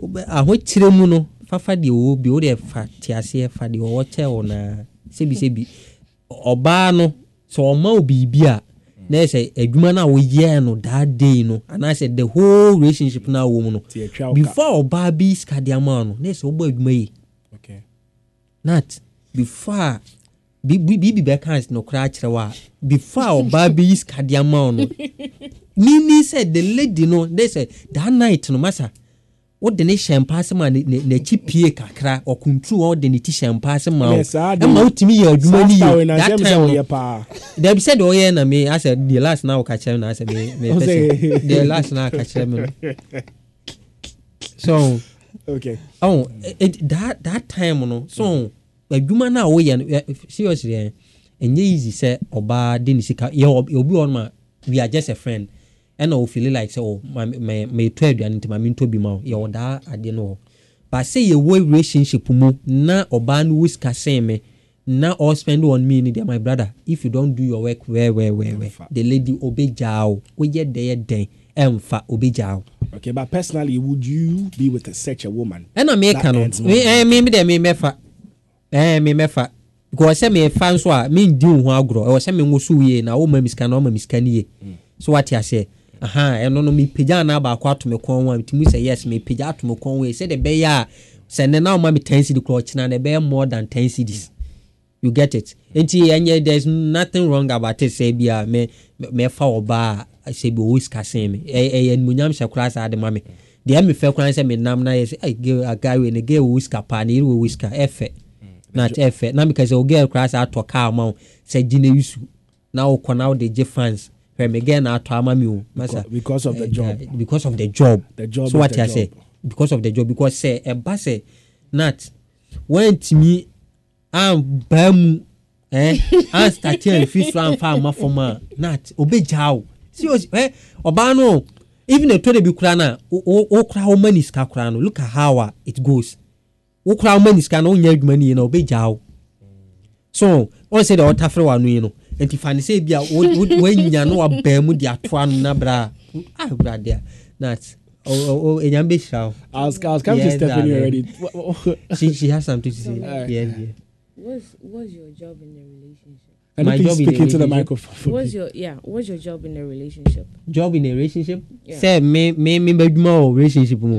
Speaker 4: wobɛ- ahokyerɛ mu no fafa deɛ ɔwɔ bi wodeɛ fa te aseɛ fa deɛ ɔwɔ kyɛ wo naa sɛbisɛbi ɔbaa no sɛ ɔma wo biribi a na ɛsɛ sɛ adwuma no a woyɛɛ no daa dei no anaasɛ the whole relationship no a wɔ mu no
Speaker 1: Nti atwa wo ka.
Speaker 4: before ɔbaa bi sika de ama wo no na ɛsɛ sɛ wobɔ adwuma yi
Speaker 1: Okay.
Speaker 4: nat before a bi- bi- biribi bɛka nokora akyerɛ wo a before a ɔbaa bɛyi sikade ama wo no mini sɛ the lady no de sɛ that night no masa wode ne hyɛ mpa ase ma ne- ne- n'akyi pie kakra ɔkunturu hɔ wode ne ti hyɛ mpa ase ma wo
Speaker 1: Yes, saa de-
Speaker 4: ɛma wotumi yɛ adwuma
Speaker 1: Sasta
Speaker 4: no
Speaker 1: we
Speaker 4: yie
Speaker 1: na
Speaker 4: that
Speaker 1: nsɛm sɛ
Speaker 4: time no
Speaker 1: woyɛ paa.
Speaker 4: dabi sɛ deɛ ɔyɛ na me asɛ deɛ last na woka kyerɛ me na asɛ me- me
Speaker 1: Ɔse,
Speaker 4: pɛ sɛ deɛ last na aka kyerɛ me no so
Speaker 1: Okay.
Speaker 4: oh it, it, that that time no so adwuma no a woyɛ no eh, seriously eh, ɛnyɛ easy sɛ ɔbaa de ne sika yɛ ob- obi wɔ no ma we are just a friend ɛna ofili like sɛ oh, ma ma- metɔ aduane nti ma mentɔ bi ma wo yɛwɔ daa adeɛ no wɔ hɔ. but sɛ yɛwɔ relationship mu na ɔbaa no wo sika sɛn me na all spend on me ni deɛ my brother if you don't do your work well well well well the lady obegyaa wo woyɛ dɛyɛ dɛn ɛmfa obegyaa wo
Speaker 1: Okay. But personally, would you be with a, such a woman?
Speaker 4: ɛna meka
Speaker 1: That
Speaker 4: no
Speaker 1: earns more
Speaker 4: me- eh, me me deɛ memɛfa Eh, memɛfa because sɛ mefa nso a mendi wo ho agorɔ ɛwɔ sɛ menwo so yie na woma me sika na woma me sika no yie so wate aseɛ aha ɛno no mepagya na baako ato me kɔn ho a metumi sɛ yes mepagya ato me kɔn ho yi sɛdeɛ ɛbɛyɛ a sɛ nnɛ na woma me 10 cedi korɔ kyena no ɛbɛyɛ more than 10 cedis you get it nti ɛnyɛ there is nothing wrong about it sɛ bia me mɛfa ɔbaa a sɛ bi ɔwɔ sika sen me Eh, Ɛy- ɛyɛ nimonyam hyɛ koraa saa de ma me deɛ mefɛ koraa ne sɛ menam na yɛ sɛ "Ai, girl, guy wei no girl ɔwɔ sika paa ne yere ɔwɔ sika ɛfɛ na ɛfɛ na meka sɛ wo girl koraa saa atɔ kaa ma wo sɛ gyina yi su na wokɔ na wode gye fans hwɛ me girl na atɔ ama me o masa
Speaker 1: Because of the job.
Speaker 4: Eh, because of the job
Speaker 1: The job
Speaker 4: so
Speaker 1: is
Speaker 4: what
Speaker 1: the
Speaker 4: I say
Speaker 1: job.
Speaker 4: because of the job because eh, sɛ ɛba sɛ nat wɔntumi ambaa mu eh, anstate amfi so amfa amma fam a nat obɛgyaa wo Serious, eh, ɔbaa no even ɛtɔ de bi koraa no a wo- wo- wokora woma ne sika koraa no look at how a it goes wokora woma ne sika no wonyɛ adwuma no yie no ɔbɛgyaa wo so wọn sẹ de ọta fẹrẹ wa nu yi no nti fani sẹ bi a wọnyà no wa bẹẹ mu di ato ano na bra ah bra dea nat ẹnyàn bẹ ṣá o
Speaker 1: I was, I was coming
Speaker 4: Yes,
Speaker 1: to Stephanie
Speaker 4: darling.
Speaker 1: already. Wha- wha-
Speaker 4: she she has something to say yeah yeah
Speaker 3: What's what's your job in the relationship?
Speaker 1: And
Speaker 4: My
Speaker 1: please
Speaker 4: job in
Speaker 1: speak
Speaker 4: the
Speaker 1: into the
Speaker 4: relationship-
Speaker 1: microphone.
Speaker 3: What's your yeah? What's your job in a relationship?
Speaker 4: job in a relationship
Speaker 3: Yeah.
Speaker 4: sɛ me me me bɛdwuma wɔ relationship mu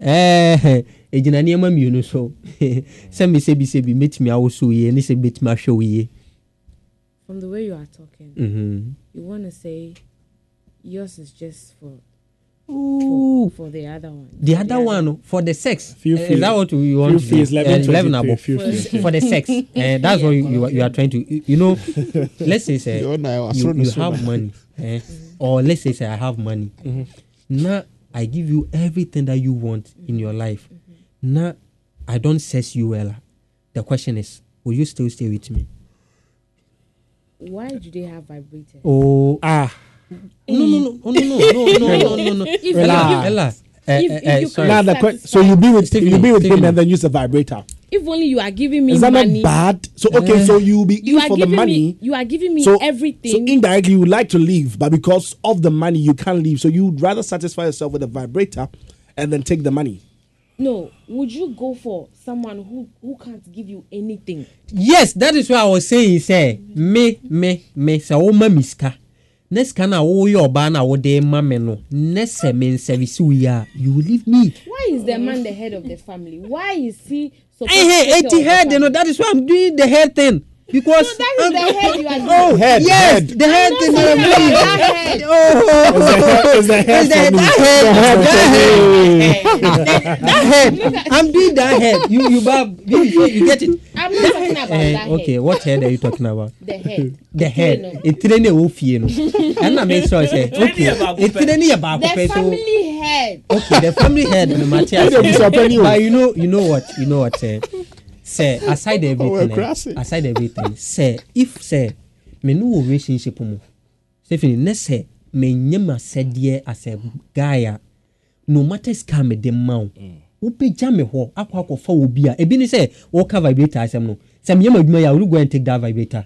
Speaker 4: ɛɛ egyina nneɛma mmienu so sɛ me sebi sebi metumi awo so yie ne sɛ metumi ahwɛ wo yie
Speaker 3: From the way you are talking,
Speaker 4: Mhm.
Speaker 2: Mm-hmm.
Speaker 3: you want to say yours is just for
Speaker 4: Ooh,
Speaker 3: for the other one.
Speaker 4: the
Speaker 3: For
Speaker 4: other one no, for the sex
Speaker 1: Few
Speaker 4: Eh,
Speaker 1: fees.
Speaker 4: is that what you want
Speaker 1: Few fees,
Speaker 4: Eh,
Speaker 1: 11,
Speaker 4: 11
Speaker 1: 23,
Speaker 4: abo.
Speaker 1: few
Speaker 4: For-
Speaker 1: fees, yeah.
Speaker 4: for the sex Eh, that's what you, you, are- you are trying to you, you know let's say say
Speaker 2: You
Speaker 4: you,
Speaker 2: know, I was
Speaker 4: you,
Speaker 2: thrown the
Speaker 4: have
Speaker 2: soda.
Speaker 4: money eh, or let's say say I have money
Speaker 2: Mm-hmm.
Speaker 4: now I give you everything that you want in your life
Speaker 2: Mm-hmm.
Speaker 4: now I don't sex you well the question is will you still stay with me
Speaker 3: Why do they have vibrators?
Speaker 4: oh
Speaker 1: Ah,
Speaker 4: no no no no no no no no no Ella,
Speaker 3: If you- if-
Speaker 4: Ella, eh,
Speaker 3: if-
Speaker 4: eh,
Speaker 3: if
Speaker 4: eh,
Speaker 3: you
Speaker 4: sorry.
Speaker 1: now the que- so you be with
Speaker 4: Stephen,
Speaker 1: you be with him
Speaker 4: Stephen.
Speaker 1: and then use a vibrator.
Speaker 3: If only you are giving me
Speaker 1: Is that not
Speaker 3: money.
Speaker 1: bad? So
Speaker 4: Eh.
Speaker 1: okay, so you be
Speaker 3: You
Speaker 1: in
Speaker 3: are
Speaker 1: for the
Speaker 3: giving
Speaker 1: money.
Speaker 3: me. You are giving me everything.
Speaker 1: So indirectly, you like to leave, but because of the money, you can't leave. So you'd rather satisfy yourself with a vibrator, and then take the money.
Speaker 3: no, would you go for someone who who can't give you anything?
Speaker 4: yes that is why i was saying sɛ me me me sɛ woma mi sika ne sika na woyɛ ɔbaa na wode ma me no ne sɛ me nsɛvisi wo yi a you will leave me
Speaker 3: Why is the man the head of the family? Why is he supposed
Speaker 4: ɛhɛ
Speaker 3: to take care of the
Speaker 4: eti eh, head no
Speaker 3: family?
Speaker 4: that is why i'm doing the head thing because
Speaker 3: That is the head you are giving.
Speaker 4: oh
Speaker 1: Head,
Speaker 4: yes
Speaker 1: head.
Speaker 4: the head thing
Speaker 3: Sorry
Speaker 4: is
Speaker 3: about
Speaker 4: me
Speaker 3: that head.
Speaker 4: oh
Speaker 1: It's the head
Speaker 4: It's the-
Speaker 1: for me.
Speaker 4: that
Speaker 1: The
Speaker 4: head
Speaker 1: head
Speaker 4: that
Speaker 1: for
Speaker 4: head.
Speaker 1: me.
Speaker 4: that head i'm doing that head you you bab you you you get it
Speaker 3: I'm not talking about that
Speaker 4: Eh, okay
Speaker 3: head.
Speaker 4: what head are you talking about.
Speaker 3: The head.
Speaker 4: the head
Speaker 3: Etire no.
Speaker 4: etire na ɛwɔ fie no ɛna mi sɔ sɛ okay etire ni yɛ baako
Speaker 3: The
Speaker 4: pɛ so
Speaker 3: family head.
Speaker 4: okay the family head no mate
Speaker 1: Ɛdeɛ bi sɛ ɔpɛ ni o.
Speaker 4: but you know you know what you know what sɛ sɛ aside everything
Speaker 2: crassing.
Speaker 4: eh, aside everything sɛ if sɛ me no wɔ relationship mu stephanie ne sɛ me nye ma sɛdeɛ as a guy a no matter sika me de ma o wopagya me hɔ akɔ akɔfa wɔ bi a ah. ebi ne sɛ wɔka vibrator asɛm no sɛ meyɛ ma adwuma yɛ a will you go and take that vibrator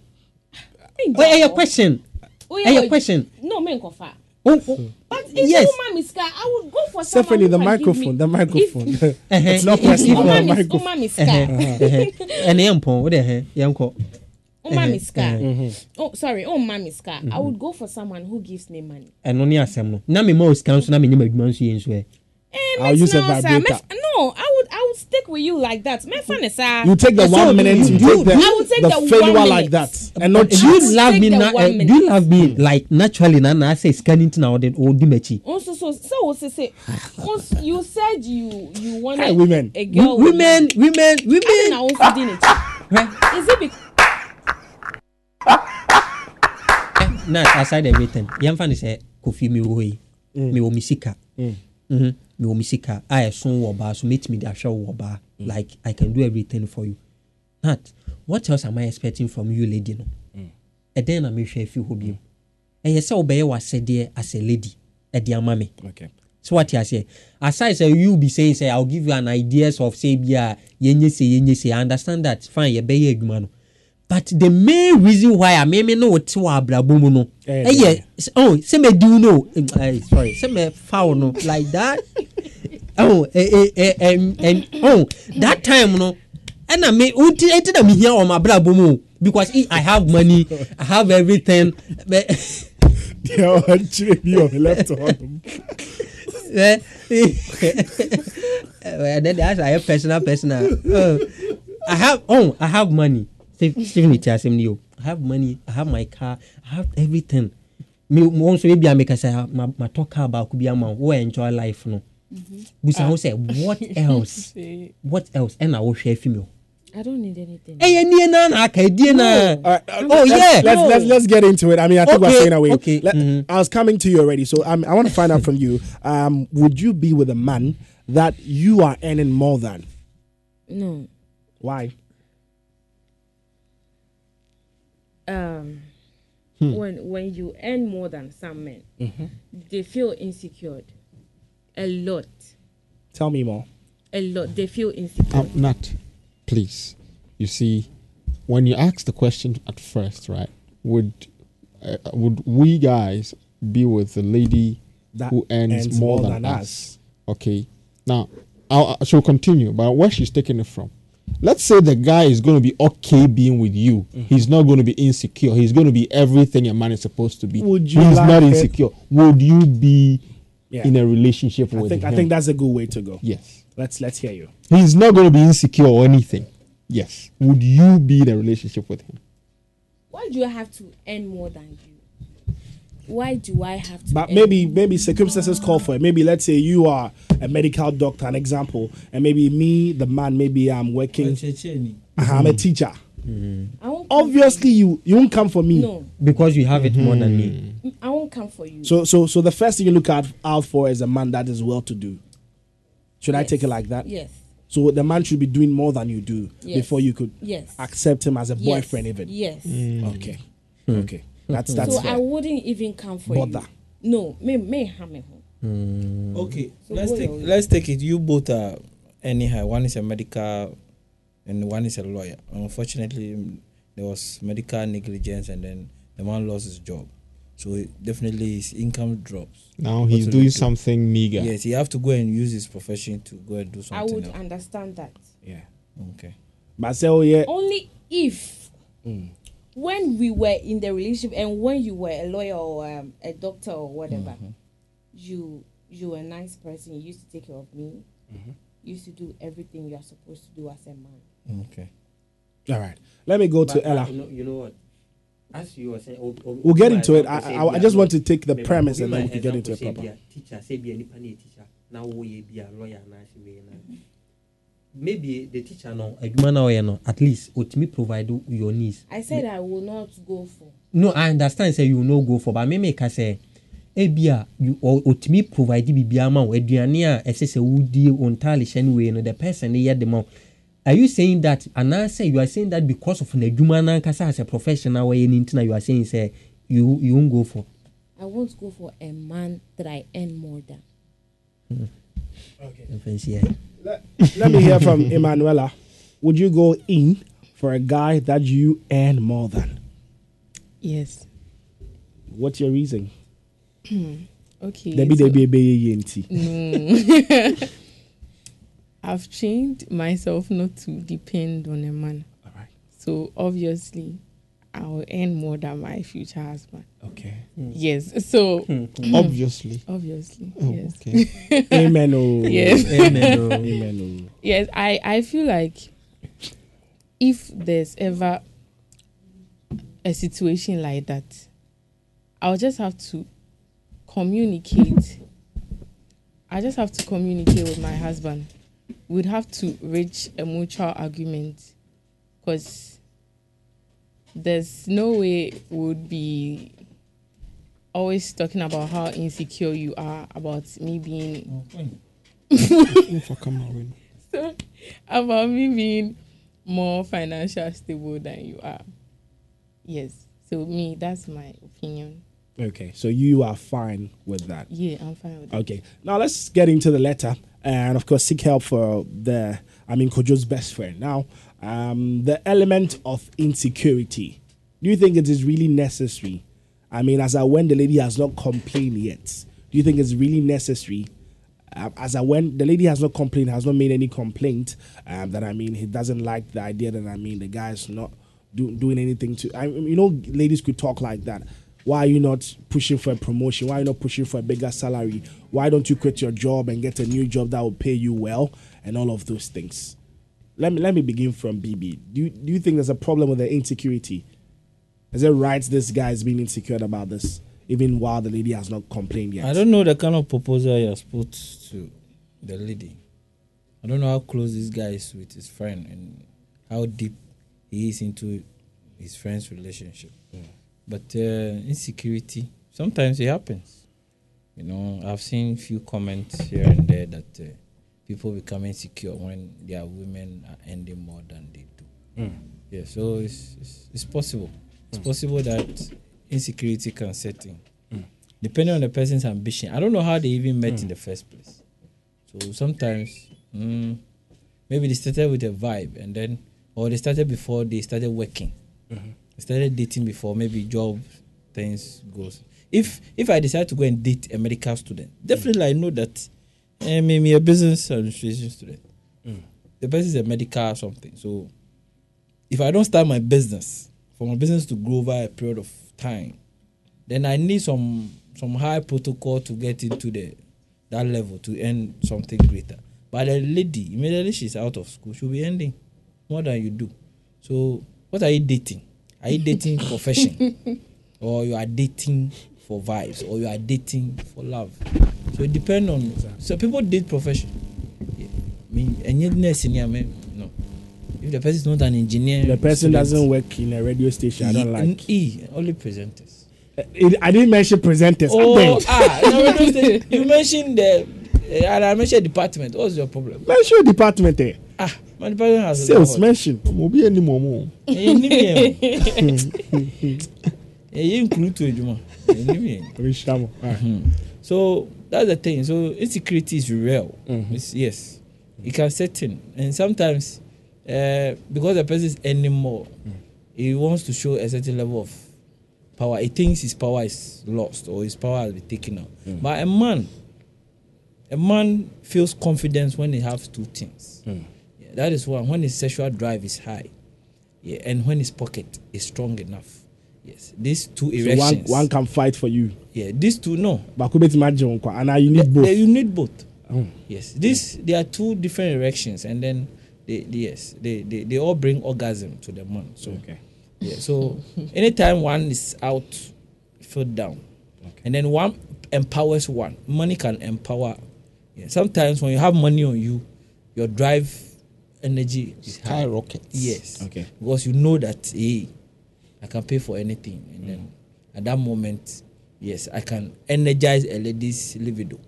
Speaker 4: ɛyɛ hey, question
Speaker 3: Oya,
Speaker 4: ɛyɛ
Speaker 3: oya.
Speaker 4: Eh, question
Speaker 3: oh, No, men kofa.
Speaker 4: Oh, oh.
Speaker 3: But if
Speaker 4: Yes.
Speaker 3: yes. woman is scared, I would go for someone
Speaker 1: Stephanie,
Speaker 3: who
Speaker 1: the
Speaker 3: can give me-
Speaker 1: microphone, the microphone.
Speaker 3: If,
Speaker 1: it's
Speaker 4: Eh,
Speaker 1: not
Speaker 4: eh,
Speaker 1: personal. The
Speaker 4: eh,
Speaker 3: woman is,
Speaker 1: microphone. Uh-huh.
Speaker 3: woman is
Speaker 4: Ɛhɛ,
Speaker 3: scared.
Speaker 4: ɛhɛ. ɛna yɛ mpɔn wode ɛhɛ yɛnkɔ
Speaker 3: Woman
Speaker 4: Eh,
Speaker 3: is scared.
Speaker 1: Mm-hmm.
Speaker 3: Oh, sorry. Oh, mom is scared. I would go for someone who gives me money.
Speaker 4: ɛno ne asɛm no na mema osika nso na menyɛ madwuma nso yɛ nso ɛ
Speaker 3: Eh,
Speaker 1: I'll
Speaker 3: mef
Speaker 1: use a
Speaker 3: now, sir.
Speaker 1: vibrator.
Speaker 3: Mef- No, I would, I would stick with you like that. My friend is sir.
Speaker 1: You take the
Speaker 4: So
Speaker 1: one
Speaker 4: you-
Speaker 1: minute, you
Speaker 4: you-
Speaker 1: take the,
Speaker 3: I will take
Speaker 1: the
Speaker 3: the one
Speaker 1: failure like
Speaker 3: minute.
Speaker 1: that, and not
Speaker 4: do
Speaker 1: cheat.
Speaker 4: you love me
Speaker 3: Take the
Speaker 4: na
Speaker 3: one
Speaker 4: eh, do you
Speaker 3: minute.
Speaker 4: love me like naturally na na asɛ sika ne nti na wɔde wɔdi m'akyi
Speaker 3: Also, Oh, so so what's it say? Also, you said you you
Speaker 1: Hi,
Speaker 3: wanted
Speaker 1: women.
Speaker 3: a girl. with
Speaker 4: women women
Speaker 3: money.
Speaker 4: women
Speaker 3: Now, also didn't it?
Speaker 4: Hwɛ,
Speaker 3: Is it because
Speaker 4: eh, na aside everything yɛmfa ne sɛ kofi mewɔ hɔ yi mewɔ me sika Mhm, mewɔ me sika a ɛso wɔ baa so mɛtumi de ahwɛ wo wɔ baa like i can do everything for you nat what else am i expecting from you lady no ɛdɛn na mehwɛ afi hɔ biom ɛyɛ sɛ wobɛyɛ w'asɛdeɛ as a lady ɛde ama me
Speaker 6: Okay.
Speaker 4: so what you are saying aside say you be saying say i will give you an ideas of say bia yenye say yenye say i understand that fine yɛ bɛyɛ adwuma no but the main reason why a meme no wote wɔ abrabɔ mu no
Speaker 1: Eh,
Speaker 4: ɛyɛ s- oh sɛ mɛ diw no eh, eh, sorry sɛ mɛ fowl no like that oh eh, eh, eh, em, em, oh that time no ɛna me nti nti na mihia wɔn abrabɔ mu o, because eh, i have money i have everything Bɛ-
Speaker 1: Yeah, I'll cheat me on the left hand.
Speaker 4: Eh, eh, eh, then that's like personal personal uh, i have oh i have money Steve- Stephen it has him you i have money i have my car i have everything me mo nso ebi ameka sɛ "Ah, ma ma tɔ car baako bi ama wo wo enjoy life no busa ho sɛ what else what else ɛna wohwɛ afi mi o
Speaker 3: I don't need anything?
Speaker 4: ɛyɛ nie naa Eh, na aka die naa
Speaker 1: All right, uh,
Speaker 4: oh yeah
Speaker 1: let's, let's let's get into it. I mean, I think we're
Speaker 4: Okay,
Speaker 1: staying away.
Speaker 4: okay,
Speaker 1: Let-
Speaker 4: mhm.
Speaker 1: I was coming to you already, so um, I want to find out from you. Um, would you be with a man that you are earning more than?
Speaker 3: No.
Speaker 1: Why?
Speaker 3: um,
Speaker 1: Hmm.
Speaker 3: when when you earn more than some men,
Speaker 1: Mm-hmm.
Speaker 3: they feel insecure. A lot,
Speaker 1: Tell me more.
Speaker 3: a lot. They feel insecure.
Speaker 2: Um, Nat, please. You see, when you asked the question at first, right? Would uh, would we guys be with the lady
Speaker 1: That
Speaker 2: who earns,
Speaker 1: earns
Speaker 2: more, than, us? Okay. Now, I'll, I shall continue, but where she's taking it from? let's say the guy is going to be okay being with you.
Speaker 1: Mm.
Speaker 2: He's not going to be insecure. He's going to be everything a man is supposed to be.
Speaker 1: Would you
Speaker 2: He's
Speaker 1: like
Speaker 2: not
Speaker 1: it?
Speaker 2: insecure. Would you be
Speaker 1: Yeah.
Speaker 2: in a relationship
Speaker 1: I
Speaker 2: with
Speaker 1: think
Speaker 2: him?
Speaker 1: I think that's a good way to go.
Speaker 2: yes.
Speaker 1: Let's let's hear you.
Speaker 2: He's not going to be insecure or anything. Yes. Would you be in a relationship with him?
Speaker 3: Why do I have to earn more than you? Why do I have to?
Speaker 1: But
Speaker 3: earn
Speaker 1: maybe
Speaker 3: more?
Speaker 1: maybe circumstances call for it. Maybe let's say you are a medical doctor, an example, and maybe me, the man, maybe I'm working. Uh-huh,
Speaker 6: Checheni.
Speaker 1: I'm a teacher.
Speaker 4: Mm-hmm.
Speaker 3: I won't come for
Speaker 1: Obviously, you you won't come for
Speaker 3: you.
Speaker 1: me. Mm-hmm.
Speaker 3: no,
Speaker 4: because you have it more than me.
Speaker 3: I won't come for you.
Speaker 1: So so so the first thing you look out out for is a man that is well to do. Should I
Speaker 3: Yes.
Speaker 1: take it like that?
Speaker 3: yes,
Speaker 1: So the man should be doing more than you do
Speaker 3: Yes.
Speaker 1: before you could
Speaker 3: yes,
Speaker 1: accept him as a
Speaker 3: yes,
Speaker 1: boyfriend, even.
Speaker 3: yes.
Speaker 4: Mm.
Speaker 1: Okay,
Speaker 4: Hmm.
Speaker 1: okay, that's that's
Speaker 3: so I
Speaker 1: fair.
Speaker 3: wouldn't even come for
Speaker 1: Bother.
Speaker 3: you. No, me me hammer home.
Speaker 1: Hmm.
Speaker 6: Okay,
Speaker 3: So
Speaker 6: let's
Speaker 3: what
Speaker 6: take
Speaker 3: are we-
Speaker 6: let's take it. You both are anyhow. One is a medical, and one is a lawyer. Unfortunately, mm, there was medical negligence, and then the man lost his job. So it- definitely, his income drops.
Speaker 2: Now
Speaker 6: What
Speaker 2: he's
Speaker 6: will
Speaker 2: doing
Speaker 6: you do?
Speaker 2: something meager.
Speaker 6: Yes, he have to go and use his profession to go and do
Speaker 3: I
Speaker 6: something
Speaker 3: would
Speaker 6: else.
Speaker 3: understand that
Speaker 1: yeah,
Speaker 6: Okay.
Speaker 1: but I say, oh yeah,
Speaker 3: only if when we were in the relationship and when you were a lawyer or um, a doctor or whatever, you you were a nice person. You used to take care of me. You used to do everything you are supposed to do as a man.
Speaker 6: Okay.
Speaker 1: all right. Let me go to Ella.
Speaker 7: You know, you know what? As you were saying, oh, oh,
Speaker 1: We'll get
Speaker 7: my
Speaker 1: into it.
Speaker 7: example
Speaker 1: I-
Speaker 7: say
Speaker 1: I- I
Speaker 7: be a
Speaker 1: just want
Speaker 7: lawyer.
Speaker 1: to take the
Speaker 7: Maybe-
Speaker 1: premise
Speaker 7: maybe
Speaker 1: and then
Speaker 7: my
Speaker 1: we can get
Speaker 7: example
Speaker 1: into it
Speaker 7: say
Speaker 1: proper.
Speaker 7: be a Teacher, say be a nipa ne teacher. Now we be a lawyer na she be na. Maybe the teacher no.
Speaker 4: adwuma na ɔyɛ no at least otumi provide your needs
Speaker 3: I said I will not go for.
Speaker 4: no i understand say you no go for but mimi ka sɛ ebi a you ɔ- otumi provide biribiara ma wo aduane a eh, ɛsɛ sɛ wodi ontali hyɛn wei no the person ne yɛ de ma wo are you saying that anaasɛ you are saying that because of n'adwuma n'ankasa as a professional wɔyɛ ne ntina you are saying say you you won go for
Speaker 3: I won't go for a man that I earn more than.
Speaker 4: Mm. ɛfɛnsiɛ
Speaker 1: Let me hear from Emanuela. Would you go in for a guy that you earn more than?
Speaker 5: Yes.
Speaker 1: What's your reason?
Speaker 5: Okay.
Speaker 1: Debbie,
Speaker 5: so-
Speaker 1: Debbie, Ebe, Ye, Ye, Nti.
Speaker 5: I've trained myself not to depend on a man.
Speaker 1: All right.
Speaker 5: So obviously, I will earn more than my future husband.
Speaker 1: Okay.
Speaker 5: Yes. So
Speaker 2: Hmm.
Speaker 5: Hmm.
Speaker 2: Obviously.
Speaker 5: obviously,
Speaker 2: Oh,
Speaker 5: yes.
Speaker 2: okay.
Speaker 1: Amen. Oh.
Speaker 5: Yes.
Speaker 1: Amen. Oh.
Speaker 5: Yes, I, I feel like if there's ever a situation like that, I'll just have to communicate. I just have to communicate with my husband. We'd have to reach a mutual agreement because there's no way we'd be always talking about how insecure you are about me being
Speaker 2: For Cameroon.
Speaker 5: about me being more financial stable than you are. Yes. So me, that's my opinion.
Speaker 1: Okay. So you are fine with that.
Speaker 5: Yeah, I'm fine with that.
Speaker 1: Okay. Now let's get into the letter and of course seek help for the I mean Kojo's best friend. Now, um, the element of insecurity. Do you think it is really necessary? I mean, as I when the lady has not complained yet, do you think it's really necessary? Um, as I when the lady has not complained, has not made any complaint. Um, that I mean, he doesn't like the idea. That I mean, the guy is not do, doing anything to. I you know, ladies could talk like that. Why are you not pushing for a promotion? Why are you not pushing for a bigger salary? Why don't you quit your job and get a new job that will pay you well and all of those things? Let me let me begin from BB. Do you, do you think there's a problem with the insecurity? Is it right this guy is being insecure about this, even while the lady has not complained yet?
Speaker 6: I don't know the kind of proposal you're supposed to the lady. I don't know how close this guy is with his friend and how deep he is into his friend's relationship. But uh, insecurity sometimes it happens. You know, I've seen few comments here and there that uh, people become insecure when their women are ending more than they do. Mm. Yeah, so it's, it's, it's possible. It's possible that insecurity can set in, depending on the person's ambition. I don't know how they even met in the first place. So sometimes, mm, maybe they started with a vibe, and then, or they started before they started working. They started dating before maybe job things goes. If if I decide to go and date a medical student, definitely I know that eh, maybe a business administration student the person is a medical or something. So if I don't start my business for my business to grow over a period of time, then I need some some high protocol to get into the that level to earn something greater. But the lady immediately she's out of school, she'll be earning more than you do. So what are you dating? Are you dating profession, or you are dating for vibes, or you are dating for love? So it depends on. So people date profession. Yeah. I mean, any nurse in here, man, no. If the person is not an engineer,
Speaker 1: The person
Speaker 6: student,
Speaker 1: doesn't work in a radio station. I don't like.
Speaker 6: E, only presenters.
Speaker 1: It, I didn't mention presenters.
Speaker 6: Oh,
Speaker 1: Abeg,
Speaker 6: ah, no, we don't say- you mentioned the, uh, and I mentioned department. What's your problem?
Speaker 1: Mention department eh?
Speaker 6: Ah, my department has
Speaker 1: Sales mention.
Speaker 2: Mo bi eni mo mo.
Speaker 1: Eh,
Speaker 6: You Eh, include to Juma.
Speaker 1: Rishamo. Alright.
Speaker 6: Mm-hmm. So that's the thing. So insecurity is real.
Speaker 1: Mm-hmm.
Speaker 6: It's, yes, it can set in, and sometimes uh, because the person is earning more,
Speaker 1: Mm.
Speaker 6: he wants to show a certain level of power. He thinks his power is lost or his power has been taken out.
Speaker 1: Mm.
Speaker 6: But a man, a man feels confidence when he has two things.
Speaker 1: Mm.
Speaker 6: Yeah, that is one. When his sexual drive is high, yeah, and when his pocket is strong enough. Yes, these two
Speaker 1: So one,
Speaker 6: erections.
Speaker 1: one can fight for you.
Speaker 6: yeah, these two no.
Speaker 1: But could be imagine kwa. And now you need
Speaker 6: The-
Speaker 1: both. Mm.
Speaker 6: the- you need both. Yes. This there are two different erections, and then they, they yes they, they they all bring orgasm to the man. So okay. Yeah. So anytime one is out, filled down, and then one empowers one. Money can empower. Yeah. Sometimes when you have money on you, your drive energy is high.
Speaker 2: Skyrockets.
Speaker 6: Yes.
Speaker 9: Okay.
Speaker 6: Because you know that hey, I can pay for anything, and then at that moment, yes, I can energize a lady's libido.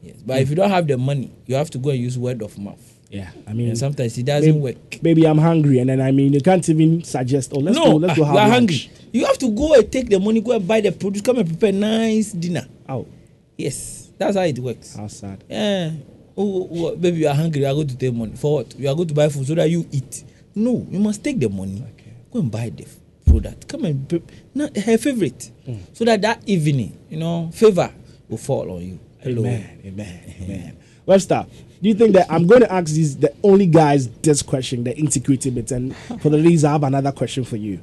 Speaker 6: Yes. But if you don't have the money, you have to go and use word of mouth.
Speaker 1: Yeah. I mean,
Speaker 6: And sometimes it doesn't
Speaker 1: maybe,
Speaker 6: work.
Speaker 1: Maybe I'm hungry, and then I mean, you can't even suggest. Oh, let's
Speaker 6: no,
Speaker 1: go. Let's go
Speaker 6: ah,
Speaker 1: have
Speaker 6: you are
Speaker 1: lunch.
Speaker 6: hungry. You have to go and take the money, go and buy the produce, come and prepare nice dinner.
Speaker 1: Oh,
Speaker 6: Yes, that's how it works.
Speaker 1: how sad.
Speaker 6: Eh, oh, oh, oh, baby, you are hungry. You are going to take money for what? You are going to buy food so that you eat. No, you must take the money. Go and buy the f- product. Come and pre- na- her favorite,
Speaker 1: Hmm.
Speaker 6: so that that evening, you know, favor will fall on you. Hello.
Speaker 1: Amen. Amen. Amen. Webster, do you think that I'm going to ask these the only guys this question, the insecurity bit, and for the ladies, I have another question for you.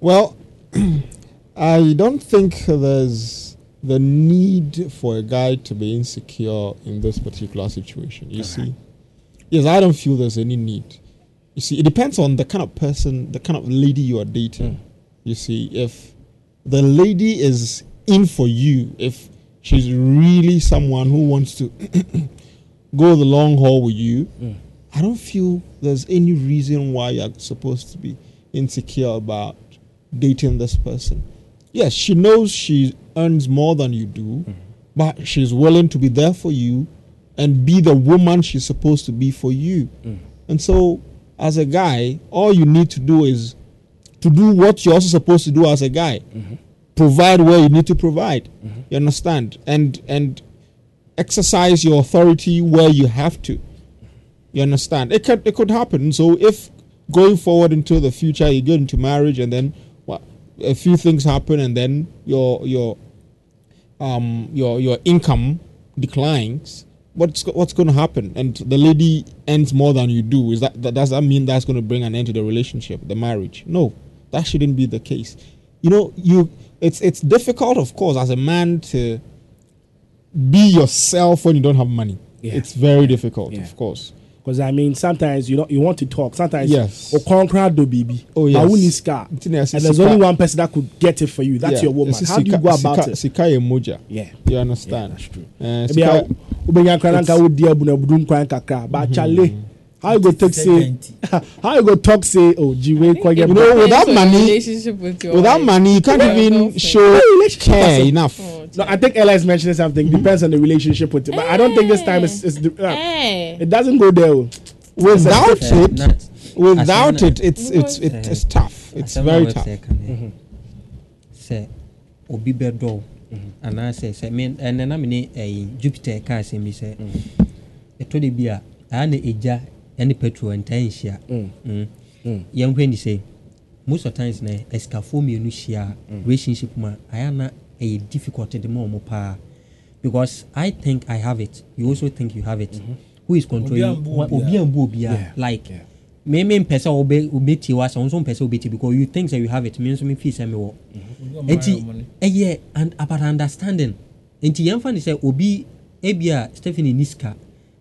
Speaker 2: Well, I don't think there's the need for a guy to be insecure in this particular situation. You see, yes, I don't feel there's any need. You see, it depends on the kind of person, the kind of lady you are dating. You see, if the lady is in for you, if she's really someone who wants to go the long haul with you, I don't feel there's any reason why you're supposed to be insecure about dating this person. Yes, she knows she earns more than you do, but she's willing to be there for you and be the woman she's supposed to be for you.
Speaker 4: Mm-hmm.
Speaker 2: And so, as a guy, all you need to do is to do what you're also supposed to do as a guy provide where you need to provide you understand and and exercise your authority where you have to you understand it could it could happen so if going forward into the future you get into marriage and then well, a few things happen and then your your um your your income declines what's go- what's going to happen and the lady earns more than you do is that, that does that mean that's going to bring an end to the relationship the marriage no that shouldn't be the case you know you it's it's difficult of course as a man to be yourself when you don't have money
Speaker 1: Yeah.
Speaker 2: it's very difficult
Speaker 1: Yeah.
Speaker 2: of course
Speaker 1: Because I mean, sometimes you don't you want to talk. Sometimes
Speaker 2: Yes.
Speaker 1: Okonkra do baby.
Speaker 2: Oh, yes.
Speaker 1: But who needs car? And
Speaker 2: Nti na yɛse
Speaker 1: there's
Speaker 2: sika-
Speaker 1: only one person that could get it for you. That's
Speaker 2: Yeah,
Speaker 1: your woman.
Speaker 2: it's
Speaker 1: How do you
Speaker 2: sika-
Speaker 1: go about
Speaker 2: sika-
Speaker 1: it?
Speaker 2: sika yɛ mogya.
Speaker 1: Yeah.
Speaker 2: you understand
Speaker 1: that's true.
Speaker 2: Eh,
Speaker 1: Maybe I-
Speaker 2: sika- Mhm.
Speaker 1: wobɛnya nkra na nka wodi abu na budum kwan kakra. But Charlie, how you go take say?
Speaker 6: Certainty.
Speaker 1: How you go talk say? Oh, Jiwe, Koye,
Speaker 5: You
Speaker 2: know,
Speaker 1: Bro-
Speaker 5: Depends
Speaker 2: without
Speaker 5: on your
Speaker 2: money-
Speaker 5: relationship with your
Speaker 2: without
Speaker 5: wife.
Speaker 2: money you can't
Speaker 5: Your
Speaker 2: even
Speaker 5: girlfriend.
Speaker 2: show
Speaker 1: Oh, relationship
Speaker 2: care
Speaker 1: person.
Speaker 2: enough
Speaker 5: Oh,
Speaker 1: No, I
Speaker 5: child.
Speaker 1: think Ella is mentioning something.
Speaker 2: Mm-hmm.
Speaker 1: Depends on the relationship with it. But I don't think this time it's, it's the, uh,
Speaker 5: Eh.
Speaker 1: it doesn't go there. oh.
Speaker 2: without
Speaker 4: Eh,
Speaker 2: it
Speaker 4: not-
Speaker 2: without
Speaker 4: asɛm
Speaker 2: it it's it's it is tough it's
Speaker 4: asɛm na
Speaker 2: very
Speaker 4: wɔsɛ
Speaker 2: tough
Speaker 4: ka no yɛ, sɛ obi bɛdɔ wo anaasɛ sɛ me- ɛnɛ na mene ɛyi jupiter ka asɛm bi sɛ ɛtɔ de bi a aa na ɛgya ɛne petrol ɛnta nhyia Mm. yɛnhwɛ ni sɛ most of times na ɛsikafoɔ mmienu hyia a relationship mu a ayɛ na ɛyɛ difficult de ma ɔmo paa because i think i have it you also think you have it who is controlling
Speaker 6: Obi ambu
Speaker 4: what-
Speaker 6: obiara.
Speaker 4: obi and obi
Speaker 6: Yeah,
Speaker 4: like
Speaker 6: yeah.
Speaker 4: me me mpɛ sɛ wobe wobe tie wa sɛ nso mpɛ sɛ wobe tie because you think sɛ you have it me nso me feel sɛ me wɔ
Speaker 1: Mm-hmm.
Speaker 4: nti ɛyɛ eh, and about understanding nti yɛn fa ne sɛ obi ebi a stephanie ni sika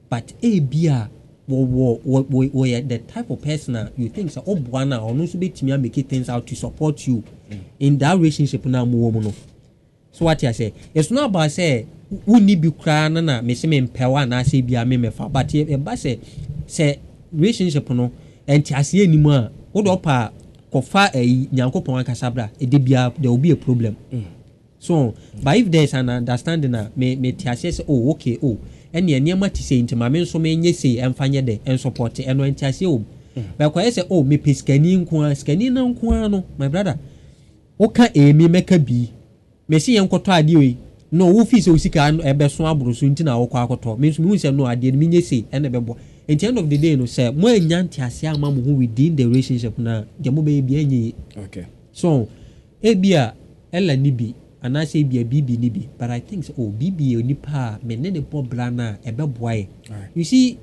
Speaker 4: but eh, ebi a wɔwɔ wɔ wɔ wɔyɛ the type of person a you think sɛ ɔboa na ɔno nso betumi a make it things out to support you in that relationship na mo wɔ mu no so what you say it's not about say wunni bi koraa na na mesi mi mpɛw anaasɛ bi a mi mɛfa but eh, yɛ- ɛba sɛ sɛ relationship no nti aseɛ nim a o de ɔpa kɔfa ɛyi nyankopɔn akasa bra ɛde bia there will be a problem so but if there is an understanding a me me te aseɛ sɛ oh okay oh ɛnna nneɛma ti sɛ nti maame nso mi nye sɛ ɛnfa nyɛ dɛ ɛnsɔpɔte ɛno nti aseɛ o bɛkɔ ayɛ sɛ oh mepɛ sikani nkoa sikani na nkoa no my brother woka emi mɛka bi mɛsi yɛn nkɔtɔ adeɛ oyi na owu fi sɛ osika ano- ɛbɛso aboro so nti na awokɔ akɔtɔ mɛ nso mi hu sɛ no adeɛ no mi nye se ɛna ɛbɛbɔ nti end of the day no sɛ mo anya ntease ama mo ho within the relationship na deɛ mo bɛyɛ bi ɛnyɛ yie
Speaker 1: Okay.
Speaker 4: so ebi a ɛla ni bi anaasɛ ebi a bibi ni bi but i think sɛ o bibi yɛ nipa a mɛ ne ne bɔ bra na ɛbɛboa yɛ you see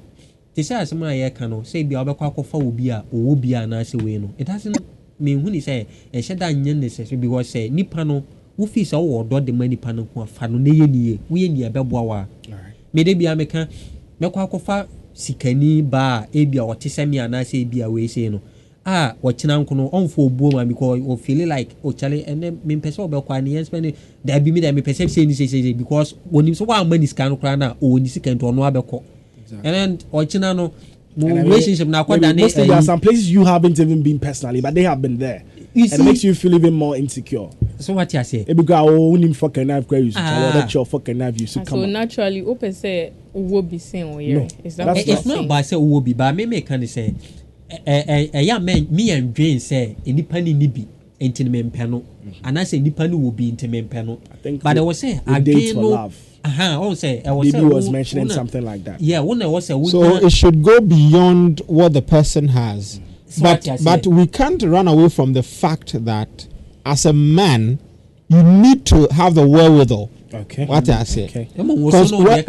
Speaker 4: te sɛ asɛm a yɛka no sɛ ebi a wɔbɛkɔ akɔfa obi a ɔwɔ bi a anaasɛ wei no it doesn't mehu ni e sɛ ɛhyɛ da nyɛ necessary because sɛ nipa no wofi sɛ wowɔ ɔdɔ de ma nipa no ho afa no na yɛ nie woyɛ nie ɛbɛboa wɔ a mede bia meka mɛkɔ akɔfa sikani baa ebi a ɔte sɛ me anaasɛ ebi a wei sei no a wɔkyena nko no ɔmfo obuo ma because ɔfeele like ɔkyale ɛnɛ mempɛ sɛ wɔbɛkɔ a ne yɛnspɛ ne daabi me da mepɛ sɛ sei ne seisei because ɔnim sɛ woamma ne sika no koraa no a ɔwɔ ne sika nti ɔno abɛkɔ ɛnɛ ɔkyena no mo
Speaker 1: And I mean,
Speaker 4: relationship no akɔda
Speaker 1: maybe
Speaker 4: ne
Speaker 1: mostly there are
Speaker 4: ayi.
Speaker 1: some places you haven't even been personally, but they have been there.
Speaker 4: You
Speaker 1: and
Speaker 4: see-
Speaker 1: it makes you feel even more insecure.
Speaker 4: so wate aseɛ
Speaker 1: Ebi go oh, unim fucking knife kwa yusu.
Speaker 4: Ah.
Speaker 1: Chalo that your fucking knife yusu
Speaker 5: Ah, so
Speaker 1: come. out."
Speaker 5: naturally o pɛ sɛ owó bi sɛn o
Speaker 1: No,
Speaker 5: yɛrɛ is that
Speaker 1: that's
Speaker 5: what
Speaker 1: not-
Speaker 5: you are
Speaker 4: it's not oh,
Speaker 5: saying
Speaker 4: about sɛ wowɔ bi baa meme ka ne sɛ ɛ- ɛ- ɛ- ɛyɛ a mɛ- meyɛ ndwen sɛ nnipa ne eh, ni bi eh, nti ne mempɛ no anaasɛ nnipa ne wɔ bi nti mempɛ no
Speaker 1: Mm-hmm. think
Speaker 4: but
Speaker 1: we-
Speaker 4: ɛwɔ sɛ
Speaker 1: we date for
Speaker 4: adwen no Uh-huh,
Speaker 1: love.
Speaker 4: aha ɔn sɛ ɛwɔ
Speaker 1: Bibi
Speaker 4: sɛ
Speaker 1: was mentioning something like that.
Speaker 4: yeah wo na ɛwɔ sɛ wo
Speaker 2: So it should go beyond what the person has.
Speaker 1: Mm.
Speaker 4: So
Speaker 2: But
Speaker 4: what you
Speaker 2: but
Speaker 4: said.
Speaker 2: we can't run away from the fact that as a man, you need to have the wherewithal.
Speaker 1: Okay.
Speaker 2: What I say.
Speaker 1: Okay.
Speaker 2: Because when- when-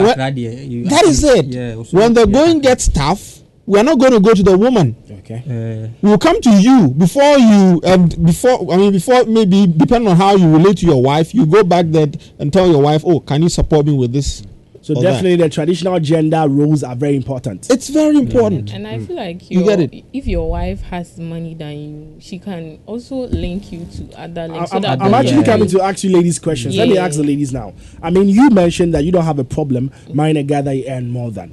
Speaker 2: That is it. when the going gets tough, we are not going to go to the woman.
Speaker 1: Okay.
Speaker 4: uh,
Speaker 2: We will come to you before you um, before I mean before maybe depending on how you relate to your wife, you go back there and tell your wife, "Oh, can you support me with this?"
Speaker 1: So
Speaker 2: or that?"
Speaker 1: definitely the traditional gender roles are very important.
Speaker 2: it's very
Speaker 1: Mm.
Speaker 2: important.
Speaker 5: and i feel like
Speaker 2: You
Speaker 5: your,
Speaker 2: get it.
Speaker 5: if your wife has money than you she can also link you to other
Speaker 1: I-
Speaker 5: links so
Speaker 1: I'm,
Speaker 5: that
Speaker 1: I'm
Speaker 5: the
Speaker 1: actually
Speaker 5: link-
Speaker 1: coming to ask you ladies questions. Let me
Speaker 5: Yeah.
Speaker 1: ask the ladies now. I mean, you mentioned that you don't have a problem marrying a guy that you earn more than.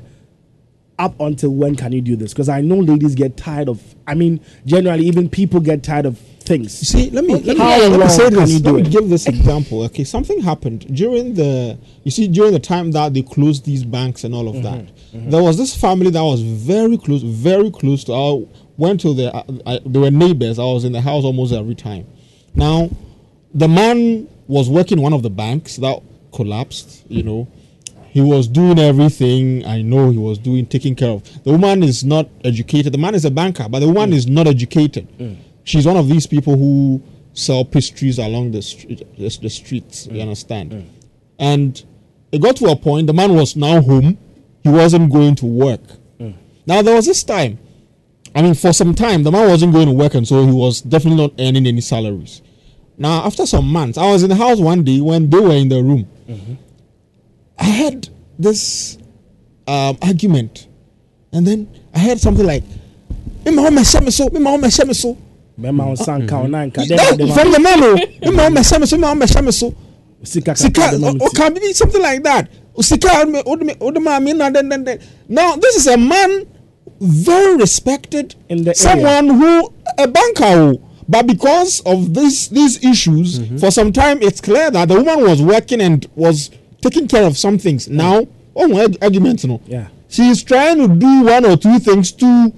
Speaker 1: Up until when can you do this? Because I know ladies get tired of. I mean, generally, even people get tired of
Speaker 2: You
Speaker 1: things.
Speaker 2: see, let me let me,
Speaker 1: How
Speaker 2: let me
Speaker 1: long
Speaker 2: say
Speaker 1: can you
Speaker 2: this.
Speaker 1: do
Speaker 2: Let me
Speaker 1: it?
Speaker 2: give this example. Okay, something happened during the you see during the time that they closed these banks and all
Speaker 1: Mm-hmm.
Speaker 2: of that. There was this family that was very close, very close to. I went to the uh, I, they were neighbors. I was in the house almost every time. Now, the man was working in one of the banks that collapsed. You know, he was doing everything. I know he was doing taking care of. The woman is not educated. The man is a banker, but the woman
Speaker 1: Mm.
Speaker 2: is not educated.
Speaker 4: Mm.
Speaker 2: She's one of these people who sell pastries along the street, the, the streets. You understand? And it got to a point. The man was now home. He wasn't going to work.
Speaker 4: Mm.
Speaker 2: Now there was this time. I mean, for some time, the man wasn't going to work, and so he was definitely not earning any salaries. Now, after some months, I was in the house one day when they were in the room.
Speaker 4: Mm-hmm.
Speaker 2: I heard this um, argument, and then I heard something like, "Me ma wo mmɛhyɛ me so, me ma wo mmɛhyɛ me so."
Speaker 1: Mema wo sanka wo nanka, then
Speaker 2: That-
Speaker 1: ade ma-
Speaker 2: From the man, oh, "Me ma wo mmɛhyɛ me so, me ma wo mmɛhyɛ me so."
Speaker 1: Sika kaka
Speaker 2: Sika,
Speaker 1: ade ma me
Speaker 2: o-
Speaker 1: ti.
Speaker 2: okay, maybe something like that. Sika, odeme- odeme- odeme- me na- then- then- then. Now, this is a man very respected,
Speaker 1: In the
Speaker 2: someone who a banker, oh. but because of these these issues,
Speaker 1: Mm-hmm.
Speaker 2: for some time it's clear that the woman was working and was taking care of some
Speaker 1: Mm.
Speaker 2: things. Now, oh my arg- arguments, no.
Speaker 1: Yeah.
Speaker 2: she is trying to do one or two things to.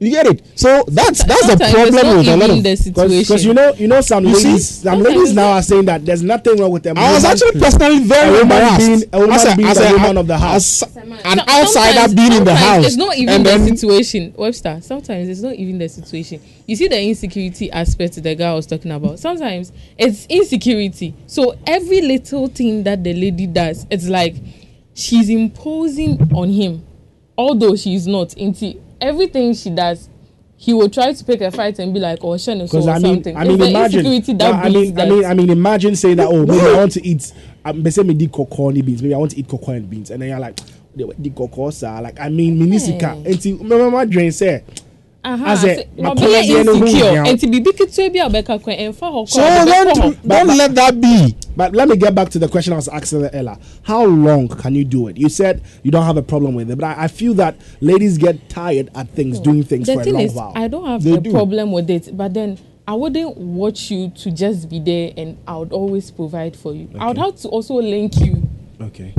Speaker 2: You get it? So that's that's the
Speaker 5: Sometimes it's
Speaker 2: problem
Speaker 5: not
Speaker 2: with a lot
Speaker 5: even
Speaker 2: of.
Speaker 5: the situation
Speaker 1: Because you know, you know, some
Speaker 2: You see?
Speaker 1: ladies, some
Speaker 5: Okay,
Speaker 1: ladies
Speaker 5: so-
Speaker 1: now are saying that there's nothing wrong with them.
Speaker 2: I was actually personally
Speaker 1: A
Speaker 2: very
Speaker 1: woman
Speaker 2: embarrassed.
Speaker 1: being- a woman being the woman of the house.
Speaker 2: as an
Speaker 5: So-
Speaker 2: outsider
Speaker 5: sometimes-
Speaker 2: being in the
Speaker 5: sometimes
Speaker 2: house.
Speaker 5: It's not even
Speaker 2: and
Speaker 5: the
Speaker 2: then,
Speaker 5: situation, Webster. Sometimes it's not even the situation. You see the insecurity aspect the guy was talking about. Sometimes it's insecurity. So every little thing that the lady does, it's like she's imposing on him. although she is not into everything she does he will try to pick a fight and be like oh shane so
Speaker 1: Because
Speaker 5: or
Speaker 1: I mean,
Speaker 5: something
Speaker 1: I mean,
Speaker 5: it's the
Speaker 1: imagine.
Speaker 5: insecurity
Speaker 1: Yeah,
Speaker 5: that
Speaker 1: I mean,
Speaker 5: breeds
Speaker 1: I mean,
Speaker 5: that.
Speaker 1: I mean, imagine saying that. Oh, maybe I want to eat. I'm say me did cocoa and beans. Maybe I want to eat cocoa and beans, and then you're like, "They were- the cocoa sir." Like I mean, minisika.
Speaker 5: Hey.
Speaker 1: Until remember my drink say.
Speaker 5: Aha,
Speaker 1: as a-
Speaker 5: say,
Speaker 1: my
Speaker 5: ɔbɛyɛ
Speaker 1: colleague here no who
Speaker 5: insecure,
Speaker 1: nyao.
Speaker 5: ɛnti biribi ketewa bi a ɔbɛka kwan, ɛmfa hɔ
Speaker 2: So
Speaker 5: koraa, ɔbɛkɔ hɔ.
Speaker 2: don't don't let that be.
Speaker 1: But let me get back to the question I was asking Ella. How long can you do it? You said you don't have a problem with it, but I, I feel that ladies get tired at things, doing things
Speaker 5: Oh, the
Speaker 1: for a
Speaker 5: thing
Speaker 1: long
Speaker 5: is,
Speaker 1: while.
Speaker 5: I don't have
Speaker 2: They
Speaker 5: a
Speaker 2: do.
Speaker 5: problem with it, but then I wouldn't want you to just be there and I would always provide for you. I would have to also link you
Speaker 1: okay.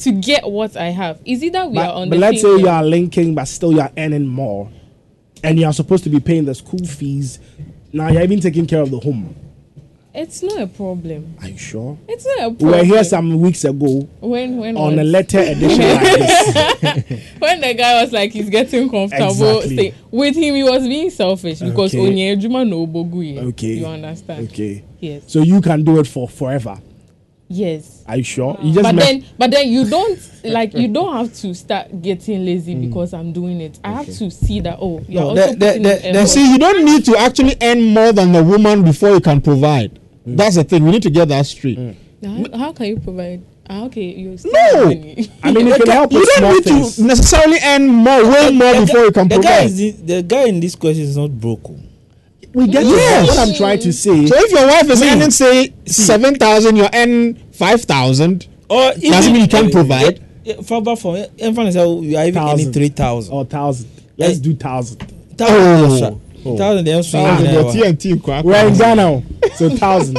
Speaker 5: to get what I have. Is it that we are
Speaker 1: But,
Speaker 5: on
Speaker 1: but
Speaker 5: the
Speaker 1: let's
Speaker 5: same
Speaker 1: say you
Speaker 5: level?
Speaker 1: are linking, but still you are earning more, and you are supposed to be paying the school fees. Now you're even taking care of the home.
Speaker 5: It's not a problem.
Speaker 1: Are you sure?
Speaker 5: It's not a
Speaker 1: We
Speaker 5: problem.
Speaker 1: were here some weeks ago
Speaker 5: when when
Speaker 1: on a
Speaker 5: was-
Speaker 1: letter edition like this.
Speaker 5: when the guy was like he's getting comfortable
Speaker 1: Exactly.
Speaker 5: stay- with him he was being selfish because
Speaker 1: Okay.
Speaker 5: Onyejuma no bogu ye.
Speaker 1: Okay.
Speaker 5: you understand
Speaker 1: Okay.
Speaker 5: yes
Speaker 1: So you can do it for forever.
Speaker 5: yes
Speaker 1: Are you sure? You just
Speaker 5: but
Speaker 1: met-
Speaker 5: then but then you don't like you don't have to start getting lazy
Speaker 6: Hmm.
Speaker 5: because i'm doing it i have to see that oh you're
Speaker 2: No,
Speaker 5: also
Speaker 2: they, they,
Speaker 5: putting in
Speaker 2: they, they
Speaker 5: effort.
Speaker 2: see you don't need to actually earn more than the woman before you can provide.
Speaker 1: Mm.
Speaker 2: That's the thing. We need to get that straight.
Speaker 5: how, how can you provide ah, okay you're still
Speaker 2: No!
Speaker 5: money.
Speaker 1: I mean, you can help
Speaker 2: You
Speaker 1: with small
Speaker 2: don't need
Speaker 1: things.
Speaker 2: to necessarily earn more, way Oh, more before you can
Speaker 6: the guy,
Speaker 2: provide.
Speaker 6: is in, the guy in this question is not oh. broken.
Speaker 1: We get
Speaker 2: Yes.
Speaker 1: it. What I'm trying to say.
Speaker 2: So if your wife is earning say seven thousand, you're earning five thousand.
Speaker 6: Or
Speaker 2: Doesn't mean you can't provide.
Speaker 6: Yeah, yeah, far back from eh, in fact, you are even earning
Speaker 1: Thousand.
Speaker 6: three thousand.
Speaker 1: or thousand. Let's
Speaker 6: Eh.
Speaker 1: do thousand.
Speaker 2: Oh.
Speaker 6: Thousand extra. Thousand extra.
Speaker 1: We're in Ghana, so thousand.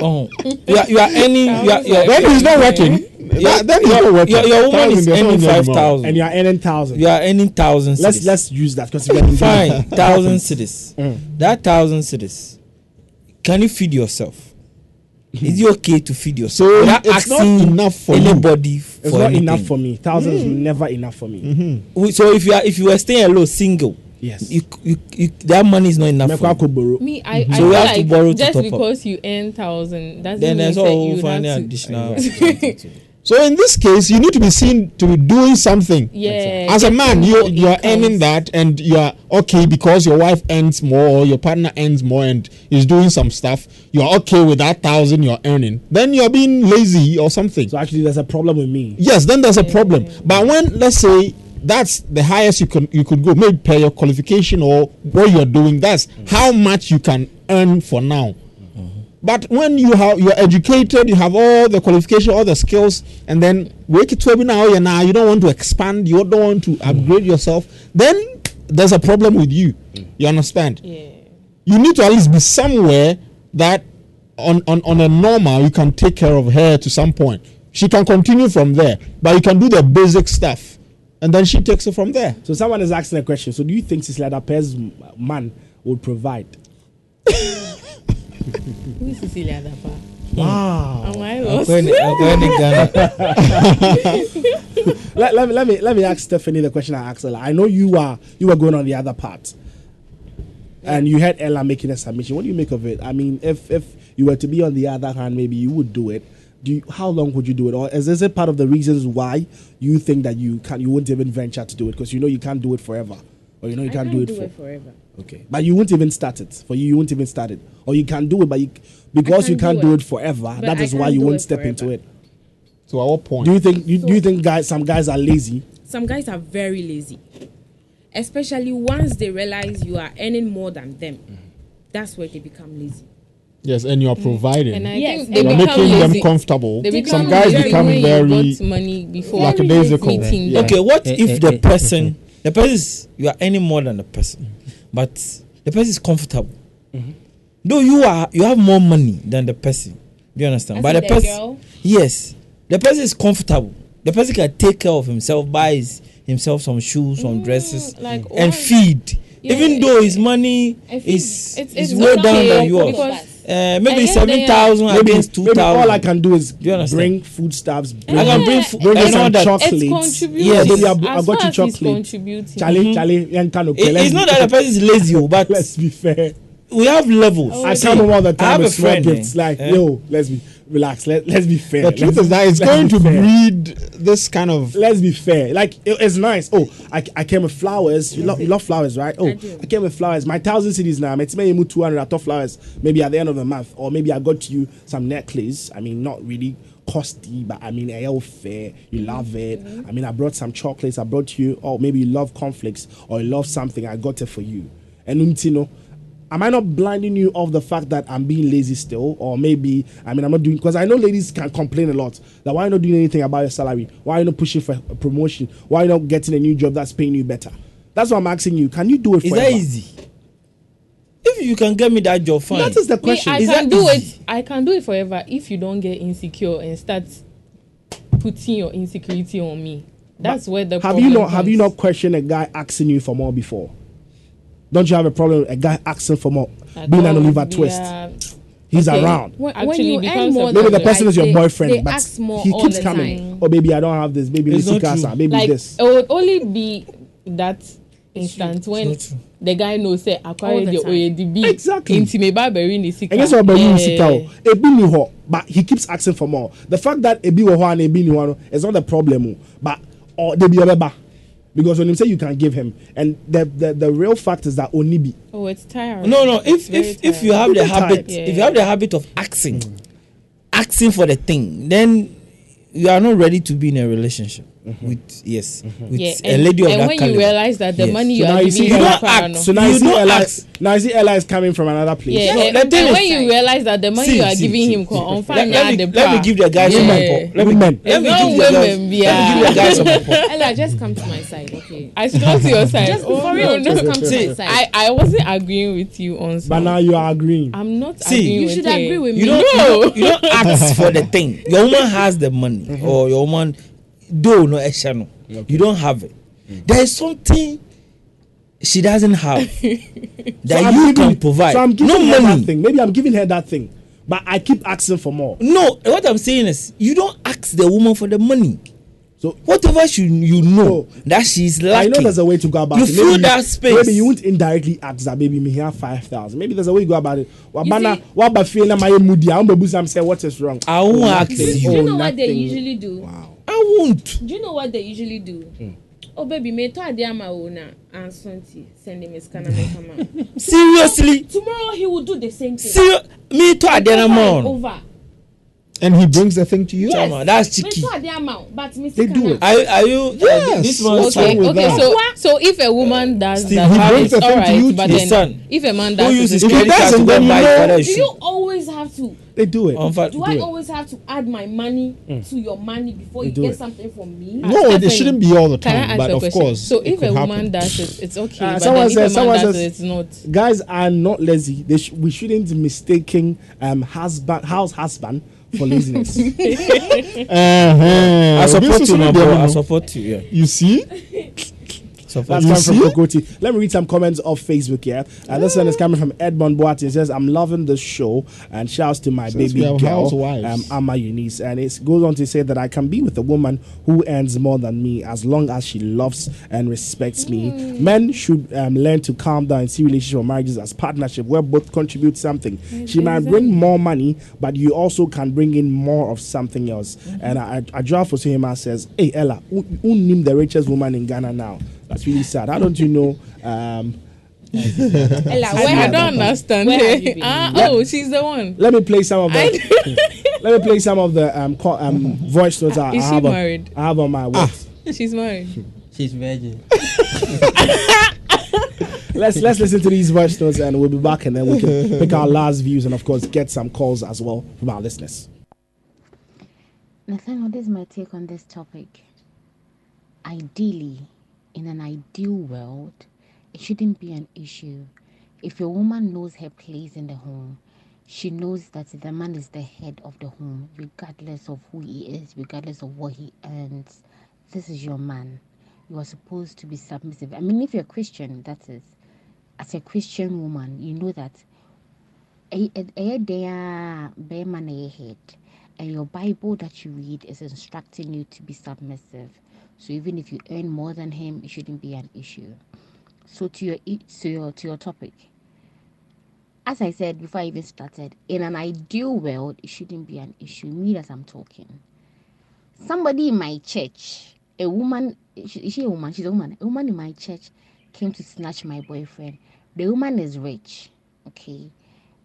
Speaker 6: Oh, you are, you are earning. You are, you are,
Speaker 2: Then he's not working.
Speaker 6: Yeah,
Speaker 2: That- Then he's not working.
Speaker 6: your, your woman is
Speaker 2: Thousand,
Speaker 6: earning
Speaker 2: there's
Speaker 6: five
Speaker 2: no money anymore.
Speaker 6: thousand.
Speaker 1: and you're earning thousand.
Speaker 6: You are earning thousand.
Speaker 1: Let's
Speaker 6: cities.
Speaker 1: let's use that Mm. because we're in
Speaker 6: fine
Speaker 1: Ghana.
Speaker 6: thousand cities. That thousand cities. Can you feed yourself?
Speaker 1: Mm-hmm.
Speaker 6: Is it okay to feed yourself?
Speaker 2: So
Speaker 6: Without
Speaker 2: it's not
Speaker 6: asking
Speaker 2: enough for Mm-hmm. you.
Speaker 6: anybody for
Speaker 1: It's not
Speaker 6: anything. Mm.
Speaker 1: enough for me. Thousand is never enough for me.
Speaker 6: We- So if you are if you were staying alone, single,
Speaker 1: Yes.
Speaker 6: you, you, you, that money is not enough.
Speaker 1: Mekwa
Speaker 6: for you.
Speaker 1: Koboro.
Speaker 5: me i, I
Speaker 6: So we have to
Speaker 5: feel
Speaker 6: borrow
Speaker 5: like
Speaker 6: to
Speaker 5: just
Speaker 6: top up.
Speaker 5: because you earn thousand doesn't
Speaker 6: then
Speaker 5: mean
Speaker 6: there's
Speaker 5: that
Speaker 6: all
Speaker 5: you have
Speaker 6: finding
Speaker 5: to
Speaker 6: additional.
Speaker 2: So in this case, you need to be seen to be doing something.
Speaker 5: yeah
Speaker 2: As a man, you you are
Speaker 5: earning
Speaker 2: earning that, and you are okay because your wife earns more, or your partner earns more, and is doing some stuff. You are okay with that thousand you're earning. Then you're being lazy or something.
Speaker 1: So actually, there's a problem with me.
Speaker 2: Yes, then there's a problem. But when let's say that's the highest you can you could go, maybe per your qualification or what you're doing, that's
Speaker 1: Mm.
Speaker 2: how much you can earn for now. But when you have you're educated, you have all the qualification, all the skills, and then wake it up now you now you don't want to expand, you don't want to upgrade yourself, then there's a problem with you. You understand?
Speaker 5: yeah
Speaker 2: you need to at least be somewhere that on, on, on a normal you can take care of her to some point. She can continue from there, but you can do the basic stuff, and then she takes it from there.
Speaker 1: So someone is asking a question. So do you think Sisla Dapper's man would provide?
Speaker 5: Who is Cecilia Adapa?
Speaker 6: Hmm.
Speaker 1: Wow.
Speaker 5: Am I lost?
Speaker 6: When, uh, when in Ghana,
Speaker 1: Let, let, me- let me let me ask Stephanie the question I asked Ella. I know you are you were going on the other part, and you had Ella making a submission. What do you make of it? I mean, if if you were to be on the other hand, maybe you would do it. Do you, how long would you do it, or is this a part of the reasons why you think that you can not you won't even venture to do it because you know you can't do it forever, or you know you can't, do it for
Speaker 3: forever.
Speaker 1: okay, but you won't even start it for you. You won't even start it, or you can do it, but you, because you
Speaker 3: can't
Speaker 1: can't
Speaker 3: do
Speaker 1: do
Speaker 3: it.
Speaker 1: it forever,
Speaker 3: But
Speaker 1: that
Speaker 3: I
Speaker 1: is why
Speaker 3: can't
Speaker 1: you
Speaker 3: do
Speaker 1: won't
Speaker 3: it
Speaker 1: step into
Speaker 3: forever.
Speaker 1: it.
Speaker 2: To our point,
Speaker 1: Do you think you, do you think guys some guys are lazy?
Speaker 3: Some guys are very lazy, especially once they realize you are earning more than them. That's where they become lazy.
Speaker 2: yes, and you are providing.
Speaker 5: Mm. And I
Speaker 3: Yes,
Speaker 5: think
Speaker 3: and
Speaker 5: they
Speaker 2: you are
Speaker 3: you're
Speaker 5: become
Speaker 2: making
Speaker 5: lazy.
Speaker 2: them comfortable.
Speaker 5: They
Speaker 3: They
Speaker 5: become
Speaker 2: Some guys
Speaker 5: lazy
Speaker 2: become
Speaker 5: when
Speaker 2: very
Speaker 5: you got money before
Speaker 2: lackadaisical.
Speaker 5: meeting
Speaker 2: Yeah.
Speaker 5: them.
Speaker 6: okay, what
Speaker 4: Eh,
Speaker 6: if
Speaker 4: eh,
Speaker 6: the
Speaker 4: eh.
Speaker 6: person, the person, is, you are earning more than the person, but the person is comfortable.
Speaker 5: Mm-hmm.
Speaker 6: Though you are, you have more money than the person. Do you understand?
Speaker 3: As
Speaker 6: but
Speaker 3: in
Speaker 6: the
Speaker 3: the
Speaker 6: person,
Speaker 3: girl?
Speaker 6: yes, the person is comfortable. The person can take care of himself, buys himself some shoes, some dresses,
Speaker 5: Mm, like
Speaker 6: and
Speaker 5: why-
Speaker 6: feed.
Speaker 5: Yeah,
Speaker 6: Even
Speaker 5: yeah,
Speaker 6: though his money
Speaker 5: I feel
Speaker 6: is
Speaker 5: it's-
Speaker 6: is
Speaker 5: it's
Speaker 6: way
Speaker 5: okay
Speaker 6: down than yours,
Speaker 5: because-
Speaker 6: uh,
Speaker 5: I
Speaker 6: maybe
Speaker 5: guess they are-
Speaker 6: seven thousand against two
Speaker 1: maybe all I
Speaker 6: thousand.
Speaker 1: can do is
Speaker 6: you understand?
Speaker 1: bring foodstuffs, bring,
Speaker 6: I can bring
Speaker 5: Yeah,
Speaker 6: food
Speaker 1: bring you
Speaker 6: and all
Speaker 1: some
Speaker 6: that.
Speaker 1: chocolates.
Speaker 5: It's contributing.
Speaker 6: Yes.
Speaker 1: Maybe I, I
Speaker 5: As far
Speaker 1: got you
Speaker 5: as he's
Speaker 1: chocolate.
Speaker 5: contributing.
Speaker 1: Charlie, Charlie, yeah, kind of- okay,
Speaker 6: Mm-hmm. It-
Speaker 1: let's
Speaker 6: it's
Speaker 1: be-
Speaker 6: not that the person is lazy, oh, but
Speaker 1: Let's be fair.
Speaker 6: we have levels.
Speaker 5: Oh,
Speaker 1: I come home all the time with small
Speaker 6: eh,
Speaker 1: gifts. Like,
Speaker 6: eh,
Speaker 1: yo, let's be. relax. Let, let's be fair.
Speaker 2: The truth
Speaker 1: Let's-
Speaker 2: is that it's
Speaker 1: let's
Speaker 2: going
Speaker 1: be
Speaker 2: to
Speaker 1: fair.
Speaker 2: breed this kind of.
Speaker 1: Let's be fair. Like it- it's nice. Oh, I, I came with flowers. You, lo- you love flowers, right? Oh, I,
Speaker 3: do.
Speaker 1: came with flowers. My thousand cities now. It's maybe two hundred. I thought flowers. Maybe at the end of the month, or maybe I got you some necklace. I mean, not really costly, but I mean, hell fair. You love it. I mean, I brought some chocolates. I brought you. Or maybe you love conflicts, or you love something. I got it for you. And umtino. Am I not blinding you of the fact that I'm being lazy still? Or maybe, I mean, I'm not doing, because I know ladies can complain a lot that why are you not doing anything about your salary? Why are you not pushing for a promotion? Why are you not getting a new job that's paying you better? That's what I'm asking you. Can you do it
Speaker 6: Is
Speaker 1: forever?
Speaker 6: that easy? If you can get me that job, fine.
Speaker 1: That is the
Speaker 5: Me,
Speaker 1: question.
Speaker 5: I
Speaker 6: Is
Speaker 5: can
Speaker 6: that
Speaker 5: do
Speaker 6: easy?
Speaker 5: it. I can do it forever if you don't get insecure and start putting your insecurity on me. That's where the
Speaker 1: have
Speaker 5: problem
Speaker 1: you not have
Speaker 5: comes.
Speaker 1: you not questioned a guy asking you for more before? Don't you have a problem with a guy asking for more?
Speaker 5: I
Speaker 1: being an
Speaker 5: don't-
Speaker 1: Oliver
Speaker 5: yeah.
Speaker 1: Twist. He's
Speaker 5: Okay.
Speaker 1: around.
Speaker 3: when, when
Speaker 5: Actually,
Speaker 3: you
Speaker 5: it
Speaker 3: earn
Speaker 5: becomes
Speaker 3: more
Speaker 5: a
Speaker 3: than
Speaker 1: Maybe the
Speaker 5: like,
Speaker 1: person is your
Speaker 3: they-
Speaker 1: boyfriend,
Speaker 3: they
Speaker 1: but
Speaker 3: ask more
Speaker 1: he
Speaker 3: all
Speaker 1: keeps
Speaker 3: the
Speaker 1: coming.
Speaker 3: time.
Speaker 1: Oh, baby, I don't have this. Baby,
Speaker 6: It's
Speaker 1: this
Speaker 6: not true.
Speaker 1: casa. Baby,
Speaker 5: Like
Speaker 1: this.
Speaker 5: it would only be that instance when
Speaker 6: not true.
Speaker 5: the guy knows say
Speaker 3: All
Speaker 5: akwari
Speaker 3: the
Speaker 5: the
Speaker 3: time.
Speaker 5: oyedibi
Speaker 1: Exactly.
Speaker 5: intime baberi ni sika.
Speaker 1: And guess what? Beru sika o. Ebi ni hɔ, but he keeps asking for more. The fact that ebi wɔ hɔ and ebi ni hɔ no, it's not the problem o. But oh, or de bi ɔbɛba because when you say you can give him, and the the, the real fact is that oni bi.
Speaker 5: Oh, it's tiring.
Speaker 6: No, no. If
Speaker 5: Very
Speaker 6: if if you
Speaker 5: tiring.
Speaker 6: have the
Speaker 1: People
Speaker 6: habit,
Speaker 1: tired.
Speaker 6: if you have the habit of asking, asking for the thing, then you are not ready to be in a relationship
Speaker 3: Mm-hmm.
Speaker 6: with yes with
Speaker 5: yeah,
Speaker 6: a lady of
Speaker 5: and
Speaker 6: that
Speaker 5: when
Speaker 6: caliber.
Speaker 5: you realize that the
Speaker 6: Yes.
Speaker 5: money
Speaker 1: So
Speaker 5: you
Speaker 1: now
Speaker 5: are
Speaker 1: you
Speaker 5: giving
Speaker 1: see- You
Speaker 5: your
Speaker 1: don't
Speaker 5: partner,
Speaker 6: act.
Speaker 5: no.
Speaker 1: So now you,
Speaker 6: You
Speaker 1: see
Speaker 6: don't
Speaker 1: Ella,
Speaker 6: ask.
Speaker 1: now you see Ella is coming from another place.
Speaker 5: yeah,
Speaker 6: No,
Speaker 5: and-
Speaker 6: the
Speaker 5: and
Speaker 6: thing
Speaker 5: when
Speaker 6: is-
Speaker 5: you realize that the money
Speaker 6: See,
Speaker 5: you are
Speaker 6: see,
Speaker 5: giving
Speaker 6: see,
Speaker 5: him,
Speaker 6: see.
Speaker 5: on
Speaker 6: let, let, me, let me give the guy some
Speaker 5: Yeah.
Speaker 6: support. Let me,
Speaker 1: Women.
Speaker 6: let me
Speaker 5: It's
Speaker 6: give
Speaker 5: not
Speaker 6: the guy,
Speaker 5: women,
Speaker 6: let me give the guy some support.
Speaker 3: Ella, just come to my side, okay?
Speaker 5: I should not see your side.
Speaker 3: Just
Speaker 5: Oh,
Speaker 3: for
Speaker 5: no,
Speaker 3: real,
Speaker 5: no.
Speaker 3: just come to
Speaker 6: See,
Speaker 3: my side.
Speaker 5: I, I wasn't agreeing with you on
Speaker 1: But
Speaker 5: some.
Speaker 1: now you are agreeing.
Speaker 5: I'm not
Speaker 6: See,
Speaker 5: agreeing
Speaker 3: you
Speaker 5: with
Speaker 3: should
Speaker 5: her.
Speaker 3: agree with
Speaker 6: you
Speaker 3: me.
Speaker 6: don't, you don't, you don't ask for the thing. Your woman has the money,
Speaker 3: Mm-hmm.
Speaker 6: or your woman, though no extra no, you don't have it. There is something she doesn't have
Speaker 1: So
Speaker 6: that
Speaker 1: I'm
Speaker 6: you
Speaker 1: giving-
Speaker 6: can provide.
Speaker 1: So I'm
Speaker 6: no
Speaker 1: giving her that
Speaker 6: money.
Speaker 1: thing. Maybe I'm giving her that thing, but I keep asking for more.
Speaker 6: No, what I'm saying is you don't ask the woman for the money.
Speaker 1: So
Speaker 6: Whatever she, you know
Speaker 1: So,
Speaker 6: that she's
Speaker 1: I
Speaker 6: lacking.
Speaker 1: know there's a way to go about
Speaker 6: You
Speaker 1: it.
Speaker 6: fill that space.
Speaker 1: Maybe you won't indirectly ask that baby me here five thousand. Maybe there's a way you go about it. Wabana,
Speaker 3: see-
Speaker 1: waba feel na my moody. I'm babu sam say what is wrong.
Speaker 6: I won't ask
Speaker 1: nothing.
Speaker 6: you.
Speaker 3: Do you
Speaker 1: Oh,
Speaker 3: know what they
Speaker 1: nothing.
Speaker 3: usually do?
Speaker 6: I won't. Hmm.
Speaker 3: Do you know what they usually do? Oh, baby, me to adi ama ona and Santi send him his kana me kama.
Speaker 6: Seriously,
Speaker 3: Tomorrow he will do the same thing.
Speaker 6: serious. Me to Adena
Speaker 3: Over and
Speaker 6: man.
Speaker 3: Over.
Speaker 2: And he brings the thing to you.
Speaker 6: Chama, that's
Speaker 3: Me
Speaker 6: cheeky.
Speaker 3: to adi ama, but me
Speaker 1: They
Speaker 3: sika
Speaker 1: do
Speaker 3: na-
Speaker 1: it.
Speaker 6: Are, you- are you?
Speaker 2: Yes.
Speaker 6: This one's
Speaker 2: What's wrong
Speaker 5: Okay,
Speaker 2: with
Speaker 5: okay.
Speaker 2: that?
Speaker 5: So, so if a woman does
Speaker 6: Steve,
Speaker 5: that,
Speaker 6: he
Speaker 2: brings
Speaker 5: habit,
Speaker 2: the thing
Speaker 5: all
Speaker 2: to you
Speaker 5: right. But
Speaker 2: to
Speaker 5: then,
Speaker 6: son.
Speaker 5: if a man
Speaker 6: who
Speaker 5: does
Speaker 6: uses
Speaker 5: it,
Speaker 6: credit card to
Speaker 2: doesn't,
Speaker 6: go
Speaker 2: then
Speaker 6: and buy
Speaker 2: you know.
Speaker 6: father
Speaker 3: Do
Speaker 6: shoe?
Speaker 3: you always have to?
Speaker 1: They do it.
Speaker 6: On fa- Hmm.
Speaker 3: Do I always have to add my money to your money before you
Speaker 1: do
Speaker 3: get
Speaker 1: it.
Speaker 3: something from me?
Speaker 2: No, it
Speaker 5: Stephanie,
Speaker 2: shouldn't be all the
Speaker 5: can I
Speaker 2: time,
Speaker 5: ask
Speaker 2: but
Speaker 5: a
Speaker 2: of
Speaker 5: question?
Speaker 2: course,
Speaker 5: So
Speaker 2: it
Speaker 5: if
Speaker 2: could
Speaker 5: a
Speaker 2: happen.
Speaker 5: woman does it, it's okay.
Speaker 1: Uh,
Speaker 5: but
Speaker 1: someone
Speaker 5: then if
Speaker 1: says-
Speaker 5: a man
Speaker 1: someone
Speaker 5: does
Speaker 1: says-
Speaker 5: it, it's not.
Speaker 1: Guys are not lazy. They sh- we shouldn't be mistaking um husband house husband for laziness.
Speaker 2: Uh-huh.
Speaker 6: I
Speaker 2: Obi
Speaker 6: support
Speaker 2: nso
Speaker 6: you, my
Speaker 2: no
Speaker 6: bro.
Speaker 2: deɛ
Speaker 6: I
Speaker 2: no no.
Speaker 6: support you. Yeah.
Speaker 2: You see?
Speaker 6: Support
Speaker 1: That's
Speaker 6: you.
Speaker 1: come from
Speaker 2: see?
Speaker 1: Kokoti. Let me read some comments off Facebook here. Uh, this one is coming from Edmond Boati. It says, I'm loving this show and shouts to my
Speaker 2: Since we
Speaker 1: baby
Speaker 2: have
Speaker 1: girl,
Speaker 2: housewives.
Speaker 1: um, Ama Eunice. And it goes on to say that I can be with a woman who earns more than me as long as she loves and respects me.
Speaker 3: Hmm.
Speaker 1: Men should um, learn to calm down and see relationships or marriages as partnership where both contribute something. She might bring more money, but you also can bring in more of something else.
Speaker 3: Mm-hmm.
Speaker 1: And I, I draw for Suhima says, Hey, Ella, who, who named the richest woman in Ghana now? That's really sad. How don't you know? Um,
Speaker 3: Ella,
Speaker 5: I,
Speaker 3: where
Speaker 5: I
Speaker 3: have
Speaker 5: don't
Speaker 3: you been?
Speaker 5: understand.
Speaker 3: Where have you been?
Speaker 5: Ah, oh, she's the one.
Speaker 1: let me play some of
Speaker 5: I
Speaker 1: the. let me play some of the um, co- um voice notes I, I
Speaker 5: Is she
Speaker 1: have. on-
Speaker 5: married?
Speaker 1: I have on my watch.
Speaker 5: she's married.
Speaker 4: She's virgin.
Speaker 1: Let's let's listen to these voice notes and we'll be back and then we can pick our last views and of course get some calls as well from our listeners.
Speaker 10: Nathaniel, this is my take on this topic. Ideally, in an ideal world, it shouldn't be an issue. If a woman knows her place in the home, she knows that the man is the head of the home, regardless of who he is, regardless of what he earns. This is your man. You are supposed to be submissive. I mean, if you're a Christian, that is. As a Christian woman, you know that eh, Ɛy- ɛd- ɛyɛ dɛn a bɛrima na ɛyɛ eh, head and your bible that you read is instructing you to be submissive so even if you earn more than him e, it shouldn't be an issue so to your i- so your, to your topic as I said before I even started, in an ideal world, it shouldn't be an issue. Me as I'm talking, somebody in my church, a woman, is she- is she a woman? She's a woman. A woman in my church came to snatch my boyfriend. The woman is rich, okay,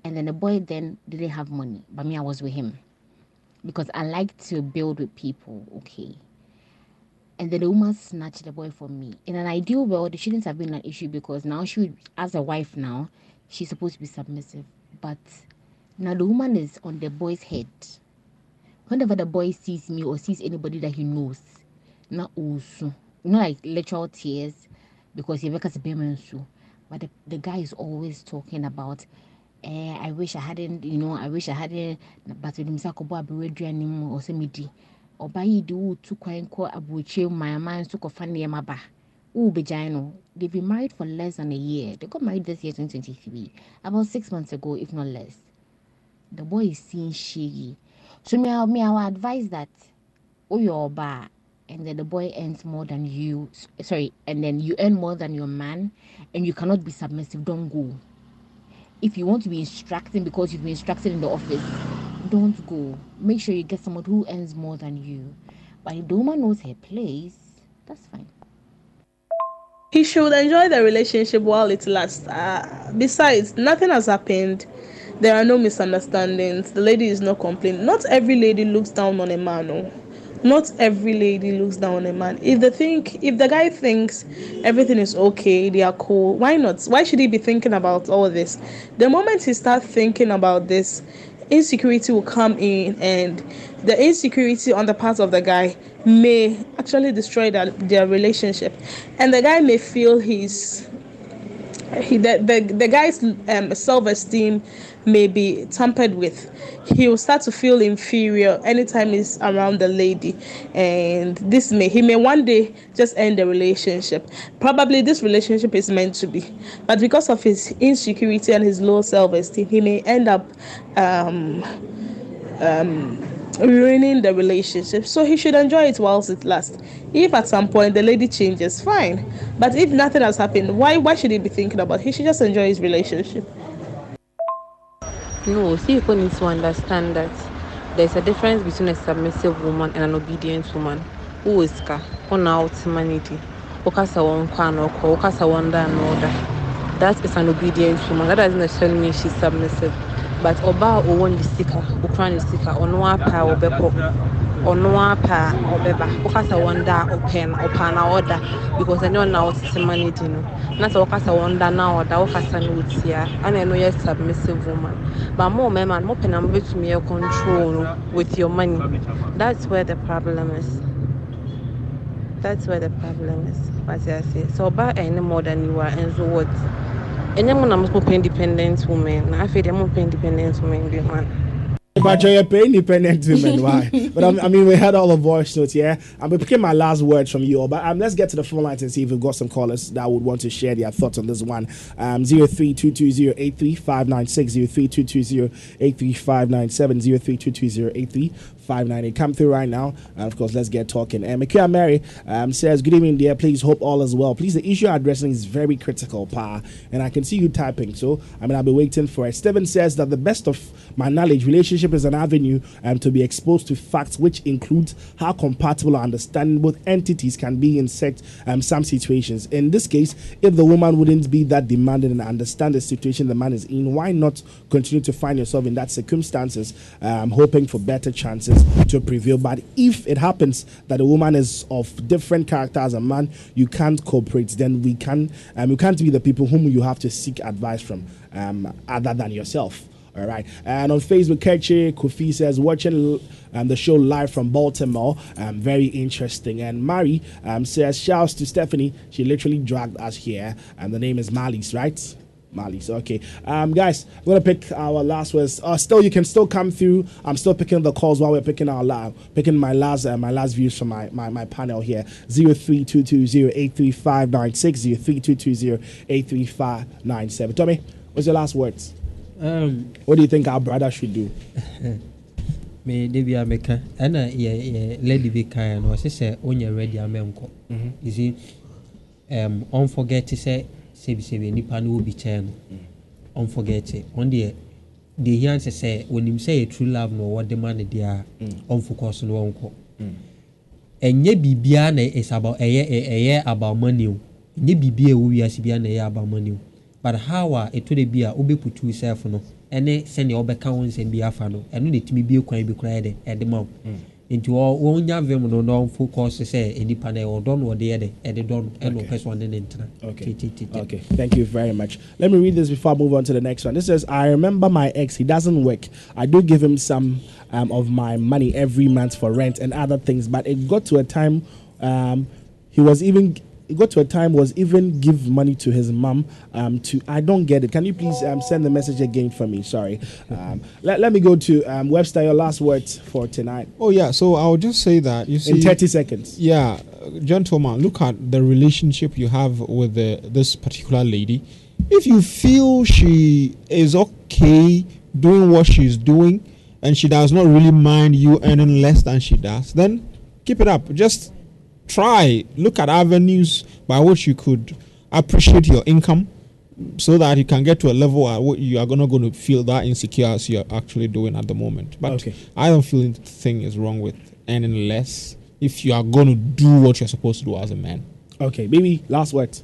Speaker 10: and then the boy then didn't have money, but me I was with him because I like to build with people, okay. And then the woman snatched the boy from me. In an ideal world, it shouldn't have been an issue because now she, would, as a wife now, she's supposed to be submissive. But now the woman is on the boy's head. Whenever the boy sees me or sees anybody that he knows, not also, not like literal tears, because he works a payment so. But the, the guy is always talking about, eh, I wish I hadn't, you know, I wish I hadn't, but with himself, or somebody ɔba yi de wotu kwan kɔ aburokyire mu mayama nso kɔfa nneɛma ba wobɛgyae no they been married for less than a year they got married this year 2023 about six months ago if not less the boy is seeing shaggy so me I- me i will advise that woyɛ ɔbaa and then the boy earns more than you s- sorry and then you earn more than your man and you cannot be submissive don't go if you want to be instructing because you've been instructed in the office, don't go. Make sure you get someone who earns more than you. But if the woman knows her place, that's fine.
Speaker 11: He should enjoy the relationship while it lasts. Uh, besides, nothing has happened. There are no misunderstandings. The lady is not complaining. Not every lady looks down on a man. oh. No. Not every lady looks down on a man. If the think, if the guy thinks everything is okay, they are cool. Why not? Why should he be thinking about all this? The moment he starts thinking about this, insecurity will come in and the insecurity on the part of the guy may actually destroy their, their relationship and the guy may feel he's he, the, the, the guy's um, self-esteem may be tampered with he will start to feel inferior anytime he's around the lady and this may he may one day just end the relationship probably this relationship is meant to be but because of his insecurity and his low self-esteem he may end up um, ruining the relationship so he should enjoy it whilst it lasts if at some point the lady changes fine but if nothing has happened why why should he be thinking about it? he should just enjoy his relationship
Speaker 12: No, see, people need to understand that there's a difference between a submissive woman and an obedient woman. Who is ka? On out humanity. Okasa one kwano ko, okasa one da no da. That is an obedient woman. That doesn't necessarily mean she's submissive. But oba o won the sika, ukran the sika, ono apa obepo, ono apa obeba. Okasa one da open, opana order because anyone out humanity no. That's okasa one da na order, okasa no tia. And I know you're a submissive woman. But more man, more pen I'm to me control no, with your money. That's where the problem is. That's where the problem is. What I say. So buy any more than you are and so what? And then when I'm more independent woman, I feel I'm more independent woman be man.
Speaker 1: But you're paying independent women, why? But I mean, I mean, we had all the voice notes, yeah. I'm picking my last words from you all, but um, let's get to the phone lines and see if we've got some callers that would want to share their thoughts on this one. Um, zero three two two zero eight three five nine six zero three two two zero eight three five nine seven zero three two two zero eight three five nine eight. Come through right now, and of course, let's get talking. And Mikia Mary um, says, "Good evening, dear. Please hope all is well. Please, the issue you're addressing is very critical, pa, and I can see you typing. So, I mean, I'll be waiting for it." Steven says that the best of my knowledge, relationship is an avenue um, to be exposed to facts, which includes how compatible or understandable entities can be in sect, um, some situations. In this case, if the woman wouldn't be that demanding and understand the situation the man is in, why not continue to find yourself in that circumstances, um, hoping for better chances to prevail? But if it happens that a woman is of different character as a man, you can't cooperate. Then we can, um, you can't be the people whom you have to seek advice from, um, other than yourself. All right. And on Facebook, Kechi Kofi says, watching um, the show live from Baltimore. Um, very interesting. And Mari um, says, shouts to Stephanie. She literally dragged us here. And the name is Malice, right? Malice. Okay. Um, guys, I'm going to pick our last words. Uh, still, you can still come through. I'm still picking the calls while we're picking our la- picking my last uh, my last views from my, my, my panel here. 0322083596, 0322083597. Tommy, what's your last words?
Speaker 4: um
Speaker 1: What do you think our brother should do?
Speaker 4: me de bia meka ɛna yɛ yɛ lady bi kan no ɔsi sɛ onyɛ ready amɛnkɔ you see um ɔnforget sɛ sebisebi nipa no wo bi kyɛn no ɔmforget it. ɔn deɛ deɛ hia sɛ sɛ wɔnim sɛ yɛ true love na ɔwɔ de ma no deɛ a
Speaker 13: Mm.
Speaker 4: ɔmfokɔ so na ɔnkɔ
Speaker 13: Mm.
Speaker 4: ɛnyɛ biribiara na is about ɛyɛ ɛ- ɛyɛ about money o ɛnyɛ biribiara a ɛwɔ wiase biara na ɛyɛ about money o but how a ɛtɔ de bi a wobɛputu self no ɛne sɛnea wobɛka wo nsɛm bi afa no ɛno na ɛtumi bie kwan bi koraa ɛde ɛde ma wo nti wɔ- wɔnya vim no na ɔmfokɔ so sɛ nipa no ɛwɔ dɔ no ɔde yɛ dɛ ɛde dɔ no ɛna ɔpɛ so ɔne ne ntena titititi
Speaker 1: Okay, thank you very much. Let me read this before I move on to the next one. This says, I remember my ex, he doesn't work. I do give him some um, of my money every month for rent and other things, but it got to a time um, he was even. It got to a time was even give money to his mom um, to I don't get it. Can you please um, send the message again for me? Sorry. Um, let, let me go to um, Webster. Your last words for tonight
Speaker 2: Oh yeah, so I'll just say that you see
Speaker 1: in thirty seconds.
Speaker 2: Yeah, uh, gentlemen, look at the relationship you have with the, this particular lady. If you feel she is okay doing what she's doing and she does not really mind you earning less than she does, then keep it up. Just try, look at avenues by which you could appreciate your income so that you can get to a level at what you are not going to feel that insecure as you're actually doing at the moment. But I don't feel anything is wrong with earning less if you are going to do what you're supposed to do as a man.
Speaker 1: Okay, baby, last words.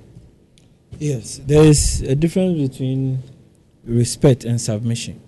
Speaker 6: Yes, there is a difference between respect and submission.